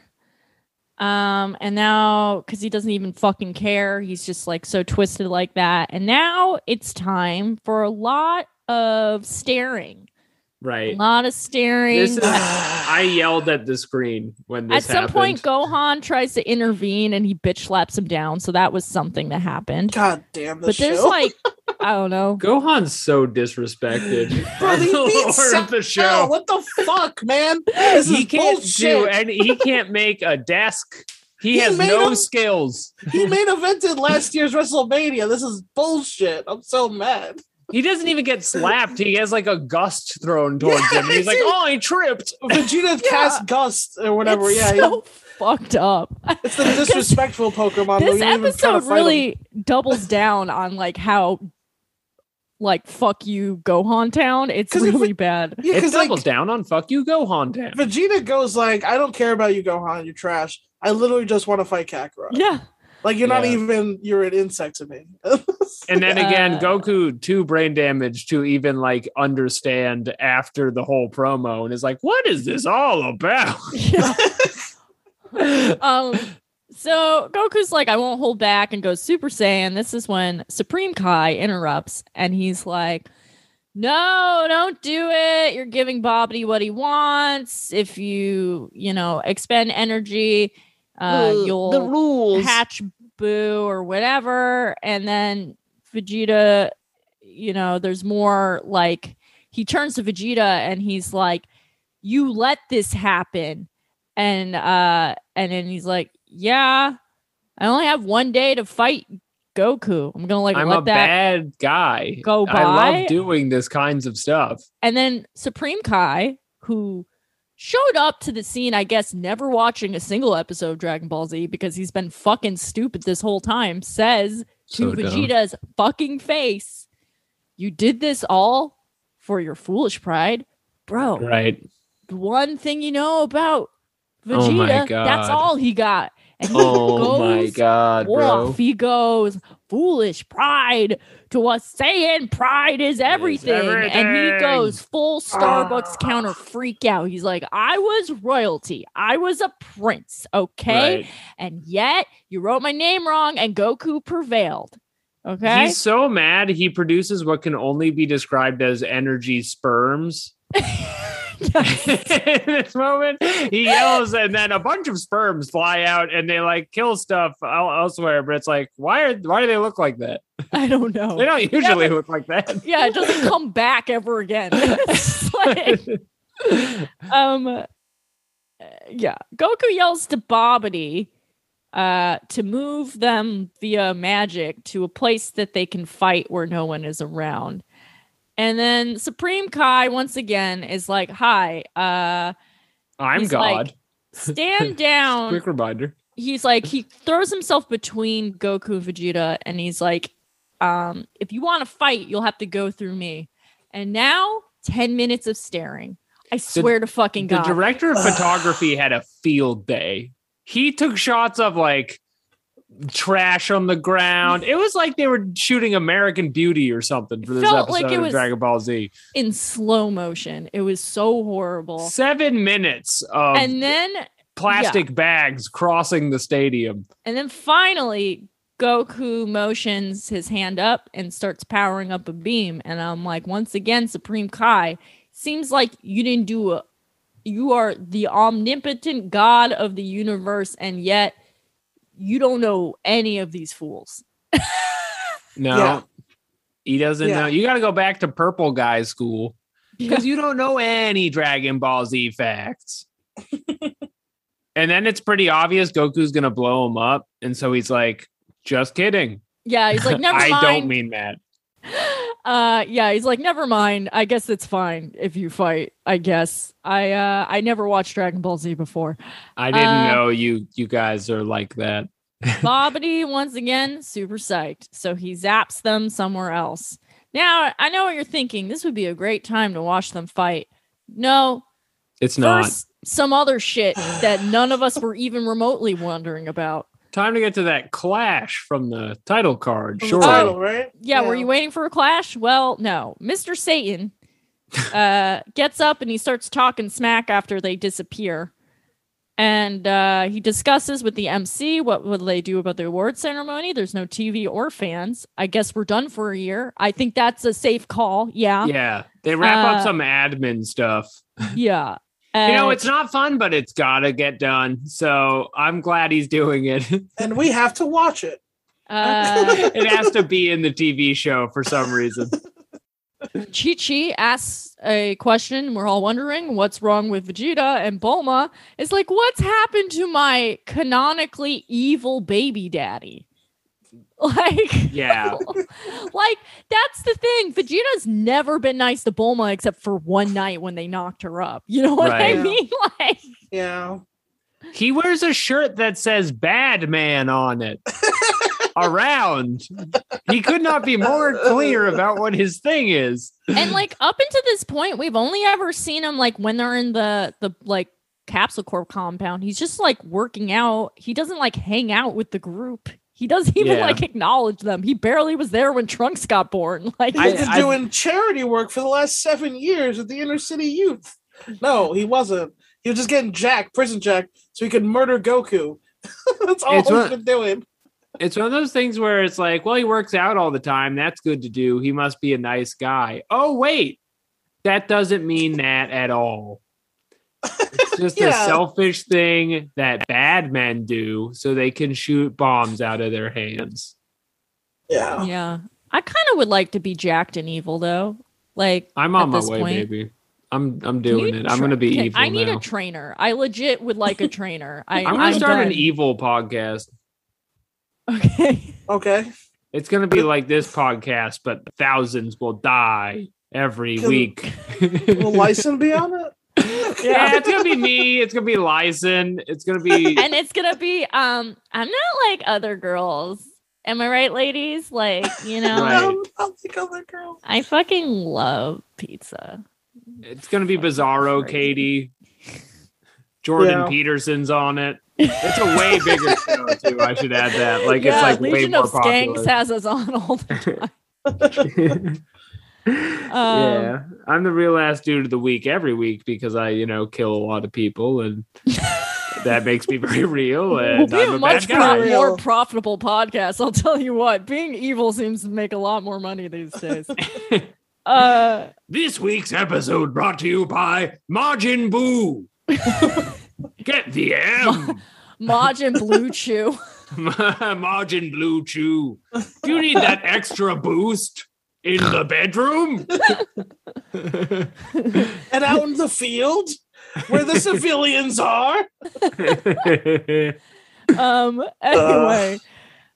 Um, and now because he doesn't even fucking care, he's just like so twisted like that. And now it's time for a lot of staring, a
Right.
lot of staring.
This is I yelled at the screen when
At
this
some
happened.
point, Gohan tries to intervene and he bitch slaps him down. So that was something that happened.
God damn this
but there's
show.
like I don't know.
Gohan's so disrespected.
Bro, they beat
Lord of the
the
show.
show. What the fuck, man? This
he
is
can't do
bullshit.
and he can't make a desk. He,
He
has
made
no
him-
skills.
He main evented last year's WrestleMania. This is bullshit. I'm so mad.
He doesn't even get slapped. He has like a gust thrown towards
Yeah,
him. And he's like,
dude.
"Oh, I tripped."
Vegeta cast Gust or whatever.
It's
yeah, he-
so fucked up.
it's the disrespectful Pokemon. though.
this
You don't even try to
episode
fight him.
really doubles down on like how like fuck you Gohan Town. It's
'Cause if
really
it-
bad.
Yeah,
it
because like
doubles down on "fuck you, Gohan." Town.
Vegeta goes like, I don't care about you, Gohan. You're trash. I literally just want to fight Kakarot.
Yeah.
Like you're not
Yeah.
even you're an insect to me.
And then again,
Uh,
Goku too brain damage to even like understand after the whole promo, and is like, "What is this all about?"
Yeah. um so Goku's like I won't hold back and goes Super Saiyan. This is when Supreme Kai interrupts and he's like no, don't do it. You're giving Bobbity what he wants. If you, you know, expend energy, uh, you'll
rules.
hatch boo or whatever and then vegeta you know there's more like he turns to vegeta and he's like you let this happen and uh and then he's like yeah i only have one day to fight goku i'm gonna like
I'm
let
a
that
bad guy.
go
I
by?
love doing this kinds of stuff.
and then supreme kai who showed up to the scene i guess never watching a single episode of dragon ball z because he's been fucking stupid this whole time says to
So dumb.
Vegeta's fucking face. You did this all for your foolish pride, bro.
Right.
The one thing you know about
Oh my
Vegeta, that's
God.
all he got. And he
Oh my
goes
god, bro.
off. He goes foolish pride to us saying pride is everything. and he
everything.
goes full
Ah.
starbucks counter freak out he's like i was royalty i was a prince okay
Right.
and yet you wrote my name wrong and Goku prevailed. Okay.
He's so mad he produces what can only be described as energy sperms. In this moment, he yells, and then a bunch of sperms fly out, and they like kill stuff el- elsewhere. But it's like, why are why do they look like that?
I don't
They
know.
don't usually look like that.
Yeah, it doesn't come back ever again. It's like, um uh, yeah. Goku yells to Bobbity uh to move them via magic to a place that they can fight where no one is around. And then Supreme Kai once again is like, "Hi, uh
I'm
He's like, um,
God.
stand down
Quick reminder.
he's like he throws himself between Goku and Vegeta and he's like um if you want to fight you'll have to go through me. And now 10 minutes of staring. I swear to fucking
the
god.
director of photography had a field day. He took shots of like trash on the ground. It was like they were shooting American Beauty or something for
It
this
felt
episode
like it
of
was-
Dragon Ball Z.
in slow motion. It was so horrible.
Seven minutes of
and then
plastic bags crossing the stadium.
and then finally Goku motions his hand up and starts powering up a beam and I'm like once again Supreme Kai seems like you didn't do a you are the omnipotent god of the universe and yet you don't know any of these fools.
No.
Yeah.
He doesn't
Yeah.
know. You got to go back to Purple Guy School because you don't know any Dragon Ball Z facts. and then it's pretty obvious Goku's going to blow him up. And so he's like, just kidding.
Yeah, he's like never
I
mind.
don't mean that.
uh yeah, he's like never mind. I guess it's fine if you fight. I guess. I uh I never watched Dragon Ball Z before.
I
Didn't
Uh,
know you you guys are like that.
Bobbity, once again, super psyched. So he zaps them somewhere else. Now, I know what you're thinking. This would be a great time to watch them fight. No,
It's not.
first, some other shit that none of us were even remotely wondering about.
Time to get to that clash from the title
Oh,
card.
From
Sure.
the title, right?
Yeah, were you waiting for a clash? Well, no. Mr. Satan uh, gets up and he starts talking smack after they disappear. And uh, he discusses with the MC what will they do about the award ceremony. There's no TV or fans. I guess we're done for a year. I think that's a safe call. Yeah, yeah.
Yeah. They wrap
Uh,
up some admin stuff.
Uh,
you know, it's not fun, but it's got to get done. So I'm glad he's doing it.
And we have to watch it.
Uh,
It has to be in the TV show for some reason.
Chi Chi asks a question. We're all wondering what's wrong with Vegeta and Bulma. It's like, what's happened to my canonically evil baby daddy? Like,
Yeah.
like that's the thing. Vegeta's never been nice to Bulma except for one night when they knocked her up. You know what
Right.
I
Yeah.
mean? Like,
Yeah.
He wears a shirt that says bad man on it. Around. He could not be more clear about what his thing is.
and like up until this point, we've only ever seen him like when they're in the the like capsule corp compound. He's just like working out. He doesn't like hang out with the group. He doesn't even
Yeah.
like acknowledge them. He barely was there when Trunks got born. Like
He's been
I- I-
doing charity work for the last seven years with the inner city youth. No, he wasn't. He was just getting Jack, prison Jack, so he could murder Goku. That's all
It's
he's
what-
been doing.
It's one of those things where it's like, well, he works out all the time. That's good to do. He must be a nice guy. Oh, wait. That doesn't mean that at all. It's just a
Yeah.
selfish thing that bad men do so they can shoot bombs out of their hands.
Yeah.
yeah. I kind of would like to be jacked and evil though. Like
I'm on
at
my
this
way,
point.
baby. I'm I'm
Can
doing
you
it. I'm
tra-
gonna be
can-
evil.
I need
now.
a trainer. I legit would like a trainer. I,
I'm gonna start an e-
done.
evil podcast.
Okay.
Okay.
It's gonna be like this podcast, but thousands will die every
Can-
week.
Will Lyson be on it?
yeah, it's gonna be me. It's gonna be Lyson. It's gonna be
and it's gonna be um i'm not like other girls am i right ladies like you know
Right.
No, I'll think other girl.
i fucking love pizza
it's gonna be Bizarro Katie. Jordan
Yeah.
Peterson's on it. It's a way bigger show too. I should add that. Like
yeah,
it's like
legion
way more
of skanks
popular.
has us on all the time Um,
yeah, I'm the real ass dude of the week every week because I, you know, kill a lot of people, and that makes me very real. And
we'll be
I'm a
a
bad
much
guy.
pro-
guy.
more profitable podcast i'll tell you what being evil seems to make a lot more money these days uh
This week's episode brought to you by Majin Buu. Get the M,
Majin Blue Chew.
Majin Blue Chew. Do you need that extra boost in the bedroom?
And out in the field where the civilians are.
um anyway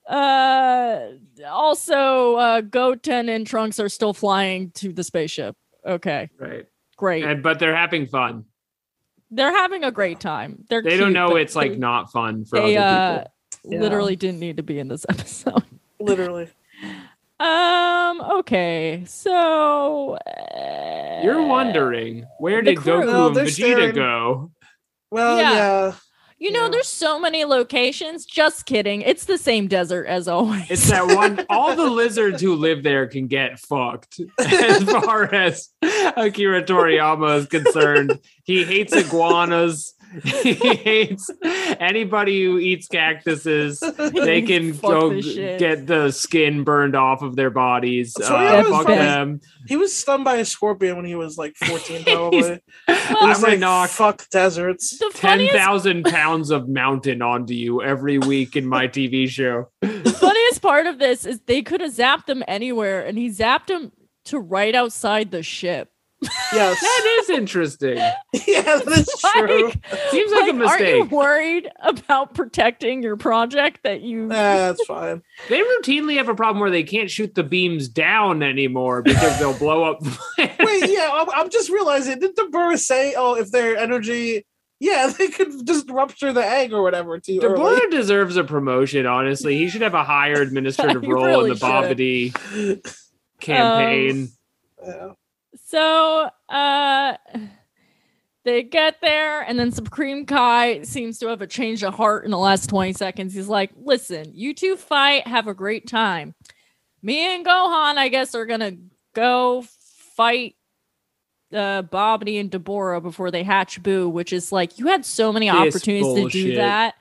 uh also uh goten and trunks are still flying to the spaceship okay
right,
great
and but they're having fun.
they're having a great time they're
They don't
cute,
know
but
it's like
they-
not fun for
they
other
uh
people.
Yeah.
literally didn't need to be in this episode
Literally.
um okay so uh,
You're wondering where
the
did
crew-
Goku
oh,
No,
and
they're
Vegeta
staring-
go?
Well,
Yeah.
yeah.
you know
Yeah.
there's so many locations just kidding it's the same desert as always
It's that one. all the lizards who live there can get fucked. As far as Akira Toriyama is concerned, he hates iguanas. He hates anybody who eats cactuses. They can
Fuck
go
this shit.
get the skin burned off of their bodies. Uh,
Toriyama's
fuck
probably-
them.
He was stung by a scorpion when he was like 14, probably.
He's-
It
I'm
was
gonna
like,
knock
fuck deserts.
the
ten
funniest
thousand pounds of mountain onto you every week in my TV show.
funniest part of this is they could have zapped him anywhere, and he zapped him to right outside the ship.
Yes.
That is interesting.
yeah, that's true.
Like,
Seems like a
Aren't
mistake.
you worried about protecting your project that you?
Uh,
That's fine.
They routinely have a problem where they can't shoot the beams down anymore because they'll blow up.
Wait, yeah, I'm, I'm just realizing. Did the Burris say, "Oh, if their energy, yeah, they could just rupture the egg or whatever"? Too early.
DeBoer deserves a promotion, honestly. He should have a higher administrative
He
role
really
in the
should.
Bobbity campaign.
Yeah.
So, uh, they get there, and then Supreme Kai seems to have a change of heart in the last 20 seconds. He's like, Listen, you two fight, have a great time. Me and Gohan, I guess, are gonna go fight uh Bobbity and Deborah before they hatch Boo, which is like you had so many
This
opportunities to do
bullshit.
that.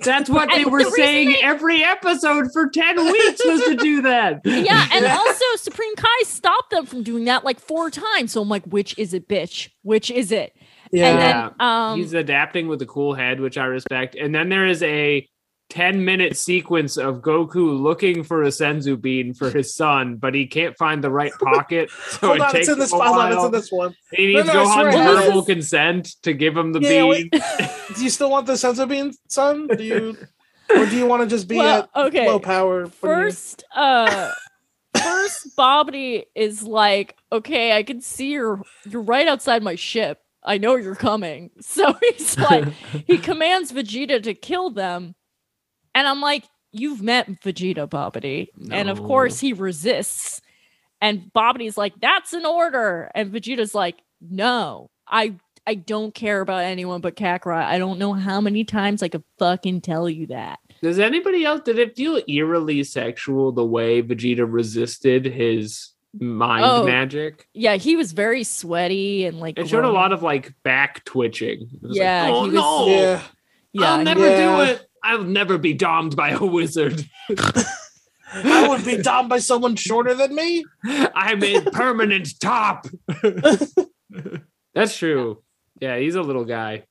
That's what they
And
were
the reason
saying
they-
every episode for 10 weeks was to do that.
Yeah, and also Supreme Kai stopped them from doing that like four times. So I'm like, which is it, bitch? Which is it?
Yeah.
And then um
He's adapting with a cool head, which I respect. And then there is a 10 minute sequence of Goku looking for a Senzu bean for his son, but he can't find the right pocket. So
Hold
it
on,
takes
it's in this.
a
Hold on, it's
while.
in this one.
He needs
No, no, I
Gohan's
swear
it has.
verbal consent to give him the
Yeah,
bean.
wait. Do you still want the sense of being son? Do you, or do you want to just be
Well,
at
okay.
low power? for you?
First, uh, first, Bobby is like, okay, I can see you're you're right outside my ship. I know you're coming. So he's like, he commands Vegeta to kill them, and I'm like, you've met Vegeta, Bobbity, and of
No.
course he resists. And Bobbity's like, that's an order, and Vegeta's like, no, I. I don't care about anyone but Kakarot. I don't know how many times I could fucking tell you that.
Does anybody else did it feel eerily sexual the way Vegeta resisted his mind
Oh.
magic?
Yeah, he was very sweaty and like.
It showed a
groaning.
lot of like back twitching. It was like,
Yeah,
oh
he was-
no,
yeah.
I'll
Yeah,
never
Yeah.
do it. I'll never be domed by a wizard.
I would be domed by someone shorter than me.
I'm a permanent top. That's true. Yeah, he's a little guy.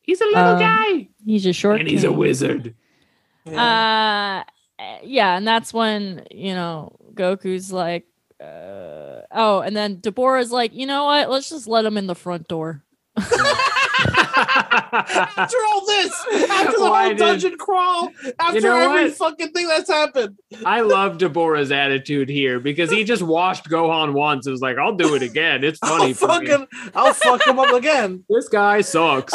He's a little
Um,
guy.
he's a short.
And he's a
king.
wizard.
Uh, yeah, and that's when you know Goku's like, uh, oh, and then Deborah's like, you know what? Let's just let him in the front door.
after all this, after the
Why
whole
did-
dungeon crawl, after
know
every
what?
fucking thing that's happened.
I love Deborah's attitude here because he just washed Gohan once. It was like, I'll do it again. It's funny.
I'll
for me.
fucking, I'll fuck him up again.
This guy sucks.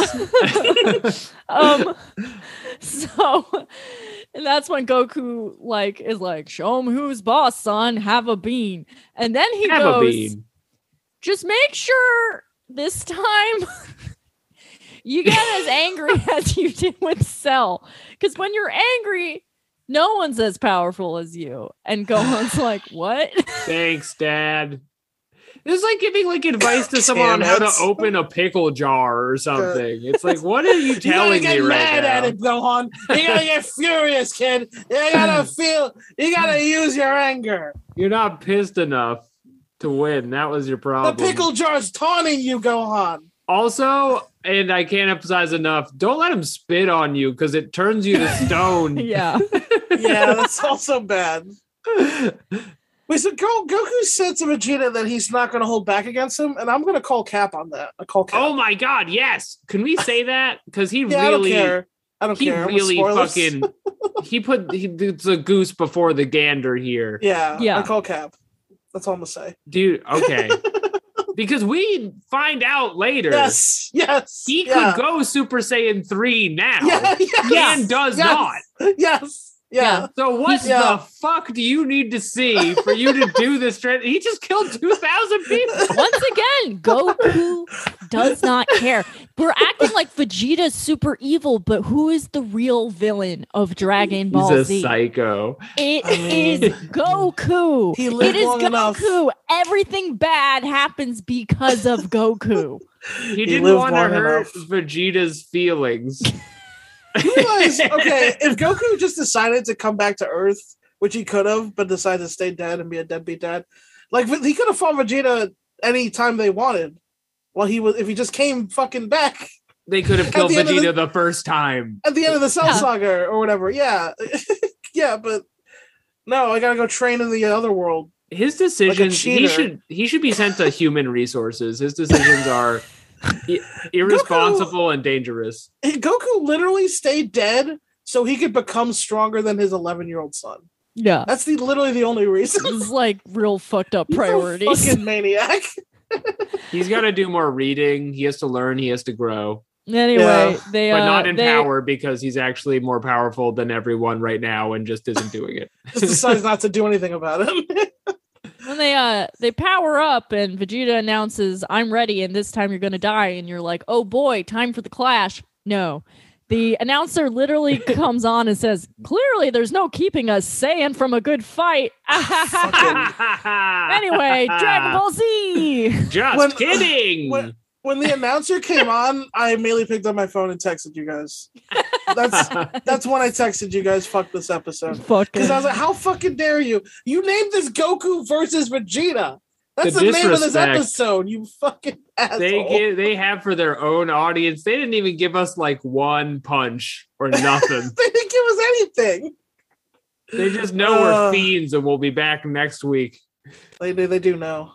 Um, so, and that's when Goku like is like, show him who's boss, son. Have a bean, and then he
Have a
goes.
bean.
just make sure this time you get as angry as you did with Cell. Because when you're angry, no one's as powerful as you. And Gohan's like, what?
Thanks, Dad. This is like giving like advice to someone on how to
it.
open a pickle jar or something. It's like, what are you
You gotta
telling
get
me right
mad
now?
at it, Gohan. You gotta get furious, kid. You gotta feel. You gotta use your anger.
You're not pissed enough to win. That was your problem.
The pickle jar's taunting you, Gohan.
Also, and I can't emphasize enough, don't let him spit on you because it turns you to stone.
yeah.
Yeah, that's also bad. Wait, so Go- Goku said to Vegeta that he's not gonna hold back against him, and I'm gonna call Cap on that. I call Cap.
Oh my god, yes. Can we say that? Because he
yeah, I don't
really
care. I don't
he
care. I'm with
really
spoilers.
fucking he put he, it's a goose before the gander here.
Yeah,
Yeah.
I call Cap. That's all I'm gonna say.
Dude, okay. because we find out later
Yes, yes.
he could
yeah.
go Super Saiyan 3 now.
Yeah, yes,
And does
yes,
not.
Yes, yeah.
So what
Yeah.
the fuck do you need to see for you to do this? Tra- he just killed two thousand people.
Once again, Goku does not care. We're acting like Vegeta's super evil, but who is the real villain of Dragon Ball Z?
psycho.
It
I
is
mean,
Goku.
he lived
it is
long
Goku.
enough.
Everything bad happens because of Goku.
He, didn't
lived
want to
long
hurt
enough.
Vegeta's feelings.
You realize, okay, if Goku just decided to come back to Earth, which he could have, but decided to stay dead and be a deadbeat dad, like he could have fought Vegeta any time they wanted. Well, he was if he just came fucking back
They could have killed
the end of
Vegeta the first time.
at the end of the Cell
Yeah.
Saga or whatever. Yeah, yeah, but no, I gotta go train in the other world.
His decisions. he
cheater.
should. He should be sent to human resources. His decisions are i- irresponsible and dangerous.
And Goku literally stayed dead so he could become stronger than his 11 year old son.
Yeah.
That's the literally the only reason.
This is like real fucked up priorities.
He's a fucking maniac.
He's got to do more reading. He has to learn. He has to grow,
anyway,
Yeah.
they
but
uh,
not in
they-
power because he's actually more powerful than everyone right now and just isn't doing it.
Just decides not to do anything about it.
When they uh they power up and Vegeta announces, "I'm ready," and this time you're gonna die, and you're like, "Oh boy, time for the clash." No. The announcer literally comes on and says, "Clearly, there's no keeping us Saiyan from a good fight." anyway, Dragon Ball Z.
Just
When-
kidding.
when- when the announcer came on, I immediately picked up my phone and texted you guys. That's that's when I texted you guys. Fuck this episode.
Fuck.
Because I was like, how fucking dare you? You named this Goku versus Vegeta. That's
The
the, name of this
disrespect.
episode. You fucking asshole.
They give, they have for their own audience. They didn't even give us like one punch or nothing.
they didn't give us anything.
they just know
Uh.
we're fiends and we'll be back next week.
They do. They do know.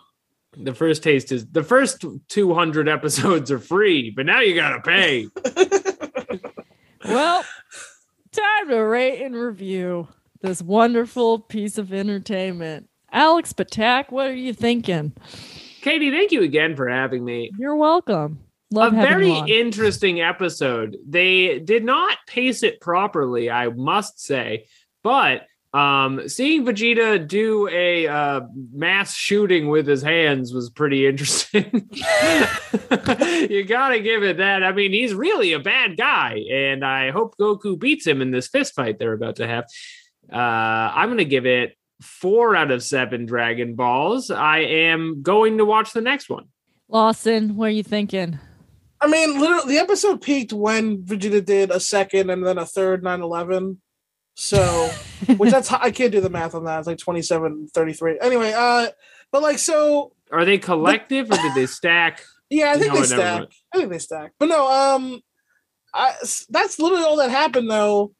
The first taste is the first 200 episodes are free, but now you gotta pay.
Well, time to rate and review this wonderful piece of entertainment. Alex Patak, what are you thinking?
Katie, thank you again for having me.
You're welcome. Love
a
having
very
you on.
interesting episode. They did not pace it properly, I must say. But um, seeing Vegeta do a uh, mass shooting with his hands was pretty interesting. you gotta give it that. I mean, he's really a bad guy, and I hope Goku beats him in this fist fight they're about to have. Uh, I'm gonna give it four out of seven Dragon Balls. I am going to watch the next one.
Lawson, what are you thinking?
I mean, literally, the episode peaked when Vegeta did a second and then a third 9 11. So, which that's, I can't do the math on that. It's like 27, 33. Anyway, uh, but like, so,
Are they collective or did they stack?
yeah, I think
No,
they
I never
stack.
would.
I think they stack. But no, um, I, that's literally all that happened, though.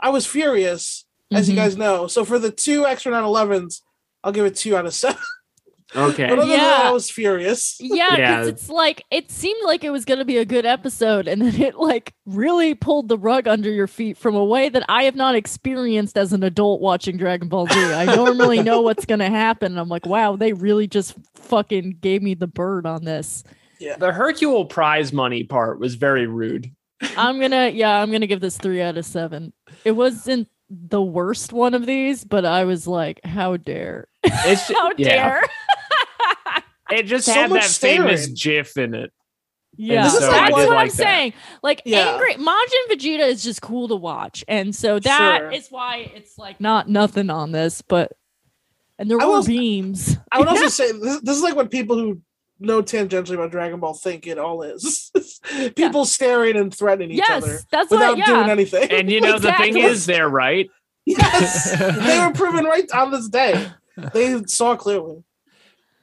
I was furious, as you
Mhm.
guys know. So, for the two extra 9 11s, I'll give it two out of seven.
Okay.
But other than that,
Yeah.
I was furious.
Yeah, because
Yeah.
it's like it seemed like it was gonna be a good episode, and then it like really pulled the rug under your feet from a way that I have not experienced as an adult watching Dragon Ball Z. I normally know what's gonna happen. And I'm like, wow, they really just fucking gave me the bird on this.
The Hercule prize money part was very rude.
I'm gonna yeah, I'm gonna give this three out of seven. It wasn't the worst one of these, but I was like, how dare.
It's
How
yeah.
dare.
It just
So
had
much
that famous
staring.
GIF in it.
Yeah,
This
is like
that's
what-
what I'm
like that.
saying. Like
Yeah.
angry Majin Vegeta is just cool to watch, and so that is
Sure.
why it's like not nothing on this, but and there
I
were
will-
beams.
I would also say this, this is like what people who know tangentially about Dragon Ball think it all is. people staring and threatening each other
Yes, that's
without
what. Yeah,
doing anything.
And you know the
Exactly.
thing is they're right.
yes, they were proven right on this day. They saw clearly.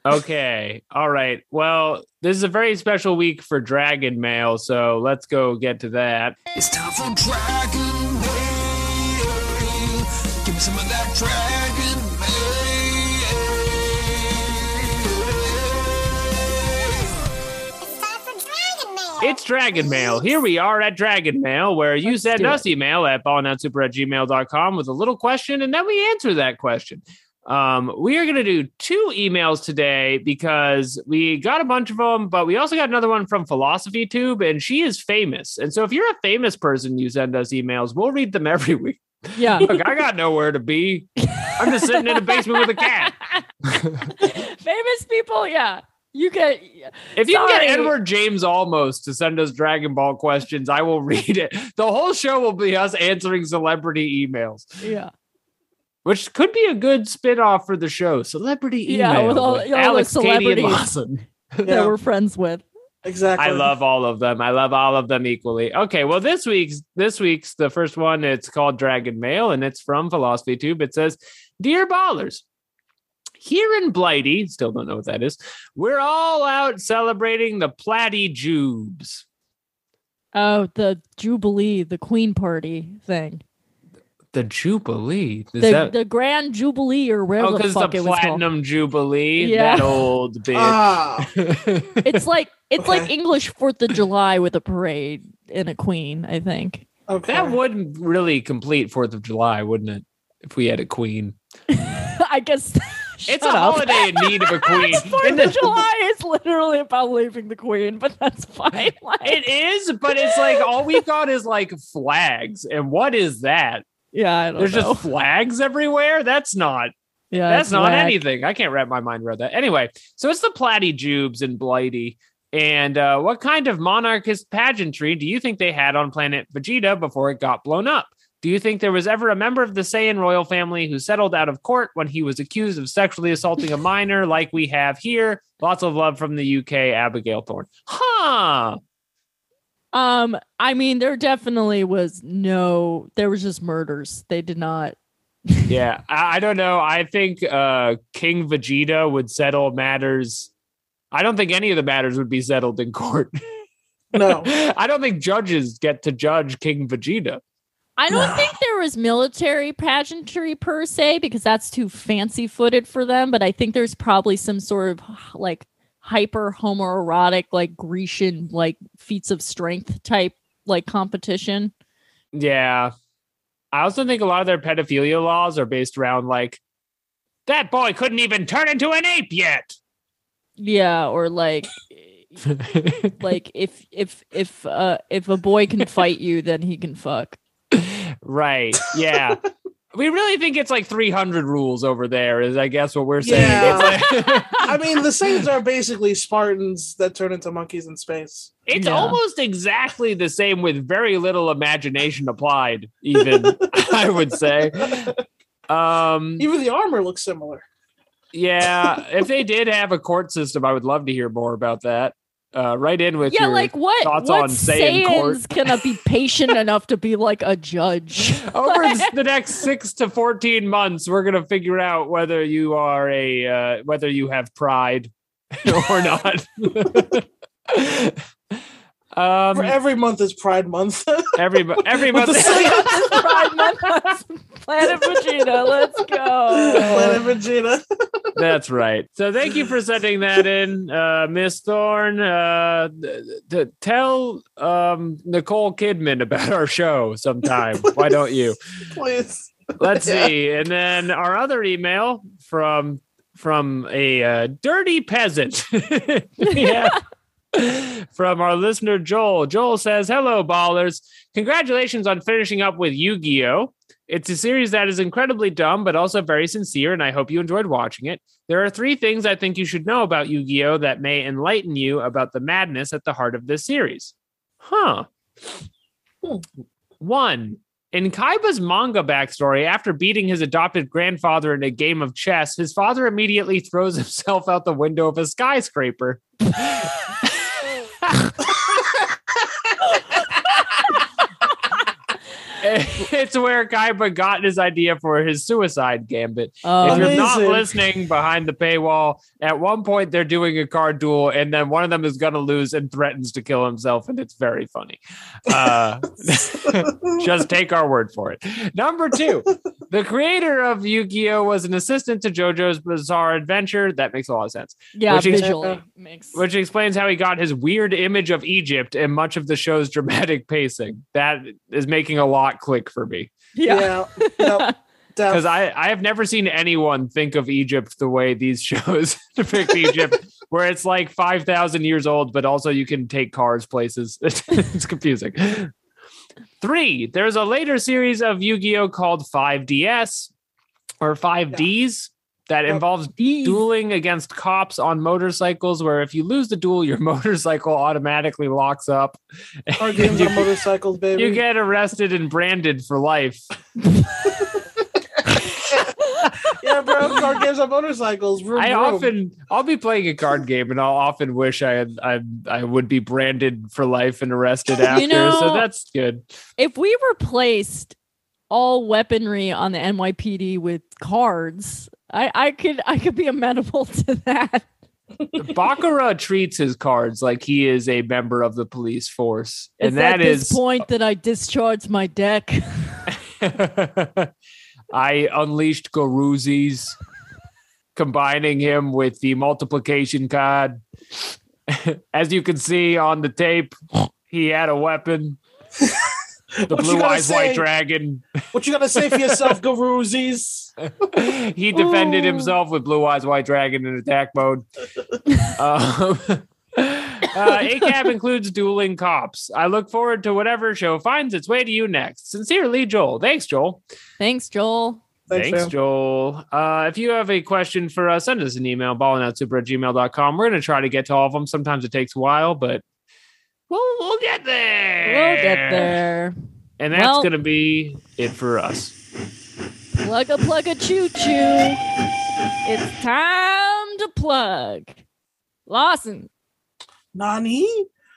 Okay. All right. Well, this is a very special week for Dragon Mail, so let's go get to that.
It's time for Dragon Mail. Give me some of that Dragon Mail.
It's Dragon Mail. Here we are at Dragon Mail, where you
Let's
send
do
us email at ballandsuper at gmail.com with a little question, and then we answer that question. Um, we are going to do two emails today because we got a bunch of them, but we also got another one from Philosophy Tube, and she is famous. And so if you're a famous person, you send us emails, we'll read them every week.
yeah.
Look, I got nowhere to be. I'm just sitting in a basement with a cat.
Famous people, yeah. You get
If you can
Sorry.
get Edward James almost to send us Dragon Ball questions, I will read it. The whole show will be us answering celebrity emails,
yeah,
which could be a good spin-off for the show. Celebrity email.
Yeah, with all- all the
Alex, Katie, and
celebrities.
Lawson.
that
Yeah.
we're friends with.
Exactly.
I love all of them. I love all of them equally. Okay, well, this week's this week's the first one. It's called Dragon Mail, and it's from Philosophy Tube. It says, "Dear Ballers." Here in Blighty, still don't know what that is. We're all out celebrating the Platy Jubes.
Oh, the Jubilee, the Queen Party thing,
The Jubilee. Is
the
that
the Grand Jubilee or whatever
oh,
the
because
fuck
the
it was called.
Platinum Jubilee?
Yeah.
That old bitch.
Ah,
It's like it's like
Okay.
English Fourth of July with a parade and a queen. I think.
okay.
that would really complete Fourth of July, wouldn't it? If we had a queen.
I guess
It's
Shut
a
up.
holiday in need of a queen.
Fourth of July is literally about leaving the queen, but that's fine. Like,
It is, but it's like all we got is like flags. And what is that?
yeah, I don't
There's
know.
just flags everywhere. That's not
yeah,
that's
it's
not
whack.
anything. I can't wrap my mind around that. Anyway, so it's the Platy Jubes and Blighty. And uh, what kind of monarchist pageantry do you think they had on planet Vegeta before it got blown up? Do you think there was ever a member of the Saiyan royal family who settled out of court when he was accused of sexually assaulting a minor, like we have here? Lots of love from the UK, Abigail Thorne. Huh.
Um, I mean, there definitely was no. There was just murders. They did not.
Yeah, I, I don't know. I think uh, King Vegeta would settle matters. I don't think any of the matters would be settled in court.
No.
I don't think judges get to judge King Vegeta.
I don't think there was military pageantry per se because that's too fancy footed for them, but I think there's probably some sort of like hyper homoerotic, like Grecian, like feats of strength type like competition.
Yeah. I also think a lot of their pedophilia laws are based around like that boy couldn't even turn into an ape yet.
Yeah, or like like if if if uh if a boy can fight you then he can fuck.
right. Yeah. we really think it's like 300 rules over there is I guess what we're saying.
Yeah.
It's, like-
I mean, the Saiyans are basically Spartans that turn into monkeys in space.
it's
Yeah.
almost exactly the same with very little imagination applied even I would say. Um
Even the armor looks similar.
yeah, if they did have a court system I would love to hear more about that. Uh, right in with
yeah,
your
like what
thoughts
what
on Saiyan court?
Saiyans can be patient enough to be like a judge?
over s- the next six to 14 months we're going to figure out whether you are a uh, whether you have pride or not
For
um
every month is Pride Month.
every mo- every
With the
month
Saiyans,
Pride Month on Planet Vegeta. Let's go.
Planet Vegeta.
that's right so thank you for sending that in uh miss thorne uh th- th- tell um nicole kidman about our show sometime why don't you
Please.
Let's
Yeah.
see. And then our other email from from a uh, dirty peasant. yeah. From our listener Joel. Joel says, "Hello ballers. Congratulations on finishing up with Yu-Gi-Oh. It's a series that is incredibly dumb but also very sincere and I hope you enjoyed watching it. There are three things I think you should know about Yu-Gi-Oh that may enlighten you about the madness at the heart of this series." Huh. One, in Kaiba's manga backstory, after beating his adopted grandfather in a game of chess, his father immediately throws himself out the window of a skyscraper. it's where Kaiba got his idea for his suicide gambit if
Um,
you're not
Amazing.
listening behind the paywall, at one point they're doing a card duel, and then one of them is going to lose and threatens to kill himself, and it's very funny. Uh, just take our word for it. Number two, the creator of Yu Gi Oh was an assistant to JoJo's Bizarre Adventure. That makes a lot of sense,
yeah,
which is-
visually makes.
which explains how he got his weird image of Egypt and much of the show's dramatic pacing. That is making a lot click for me
yeah.
Yeah. Yep. Def.
because I, I have never seen anyone think of Egypt the way these shows depict Egypt, where it's like 5,000 years old, but also you can take cars places. it's confusing. Three, there's a later series of Yu Gi Oh! called 5DS or 5Ds that
Yep.
involves dueling against cops on motorcycles, where if you lose the duel, your motorcycle automatically locks up.
Our games are motorcycles, baby.
You get arrested and branded for life.
yeah, bro. Our games are motorcycles. Vroom,
I
vroom.
often I'll be playing a card game and I'll often wish I had I I would be branded for life and arrested after. so
know-
that's good.
If we replaced all weaponry on the NYPD with cards, I, I could I could be amenable to that.
Baccarat treats his cards like he is a member of the police force.
It's
and that
at this
is
point that I discharge my deck.
I unleashed Garuzis, combining him with the multiplication card. As you can see on the tape, he had a weapon. The
What you
blue
gotta
eyes white
say?
dragon.
What you gotta say for yourself, Garuzis?
he
Oh.
defended himself with Blue Eyes White Dragon in attack mode. um, uh, ACAB includes dueling cops. I look forward to whatever show finds its way to you next. Sincerely, Joel. Thanks, Joel.
Thanks, Joel.
Thanks,
Thanks,
fam.
Joel. Uh, if you have a question for us, send us an email, ballinoutsuper at gmail.com. We're going to try to get to all of them. Sometimes it takes a while, but we'll, we'll get there.
We'll
Eh.
get there.
And that's
Well-
going to be it for us.
Plug a plug a choo choo. It's time to plug. Lawson.
Nani?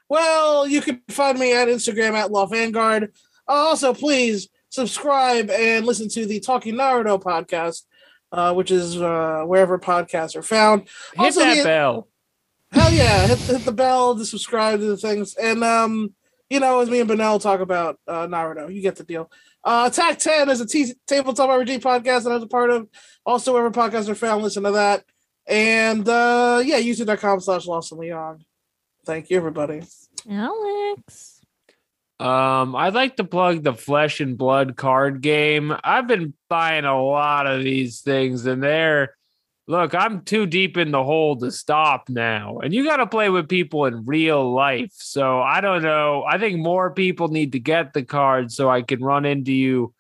Well, you can find me at Instagram at Law Vanguard. Uh, Also, please subscribe and listen to the Talking Naruto podcast, uh, which is uh, wherever podcasts are found.
Hit
Also,
that
the-
bell.
Hell yeah! Hit, hit the bell to subscribe to the things, and um, you know, as me and Benel talk about uh, Naruto, you get the deal. Uh, Attack Ten is a t- tabletop RPG podcast that I was a part of. Also, wherever podcasts are found, listen to that. And uh, yeah, YouTube.com/slash Lost in the Young. Thank you, everybody.
Alex.
Um, I'd like to plug the Flesh and Blood card game. I've been buying a lot of these things, and they're look, I'm too deep in the hole to stop now. And you got to play with people in real life. So I don't know. I think more people need to get the cards so I can run into you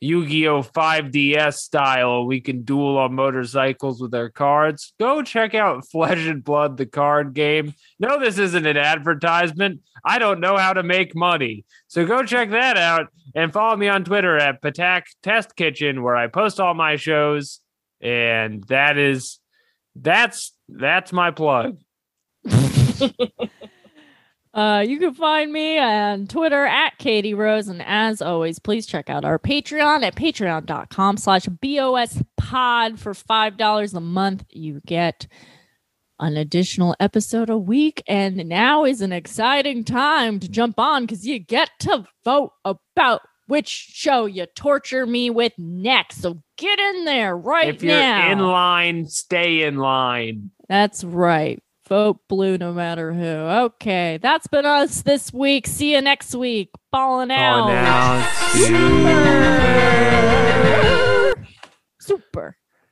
Yu Gi Oh! 5DS style. and We can duel on motorcycles with our cards. Go check out Flesh and Blood, the card game. No, this isn't an advertisement. I don't know how to make money. So go check that out and follow me on Twitter at Patak Test Kitchen, where I post all my shows. And that is that's that's my plug.
Uh, you can find me on Twitter at Katie Rose. And as always, please check out our Patreon at patreon.com slash BOS pod for $5 a month. You get an additional episode a week. And now is an exciting time to jump on because you get to vote about which show you torture me with next. So get in there right
if you're
now.
in line, stay in line.
That's right. Vote blue no matter who. Okay, that's been us this week. See you next week. Ballin'
Oh,
out.
now.
Super. Super.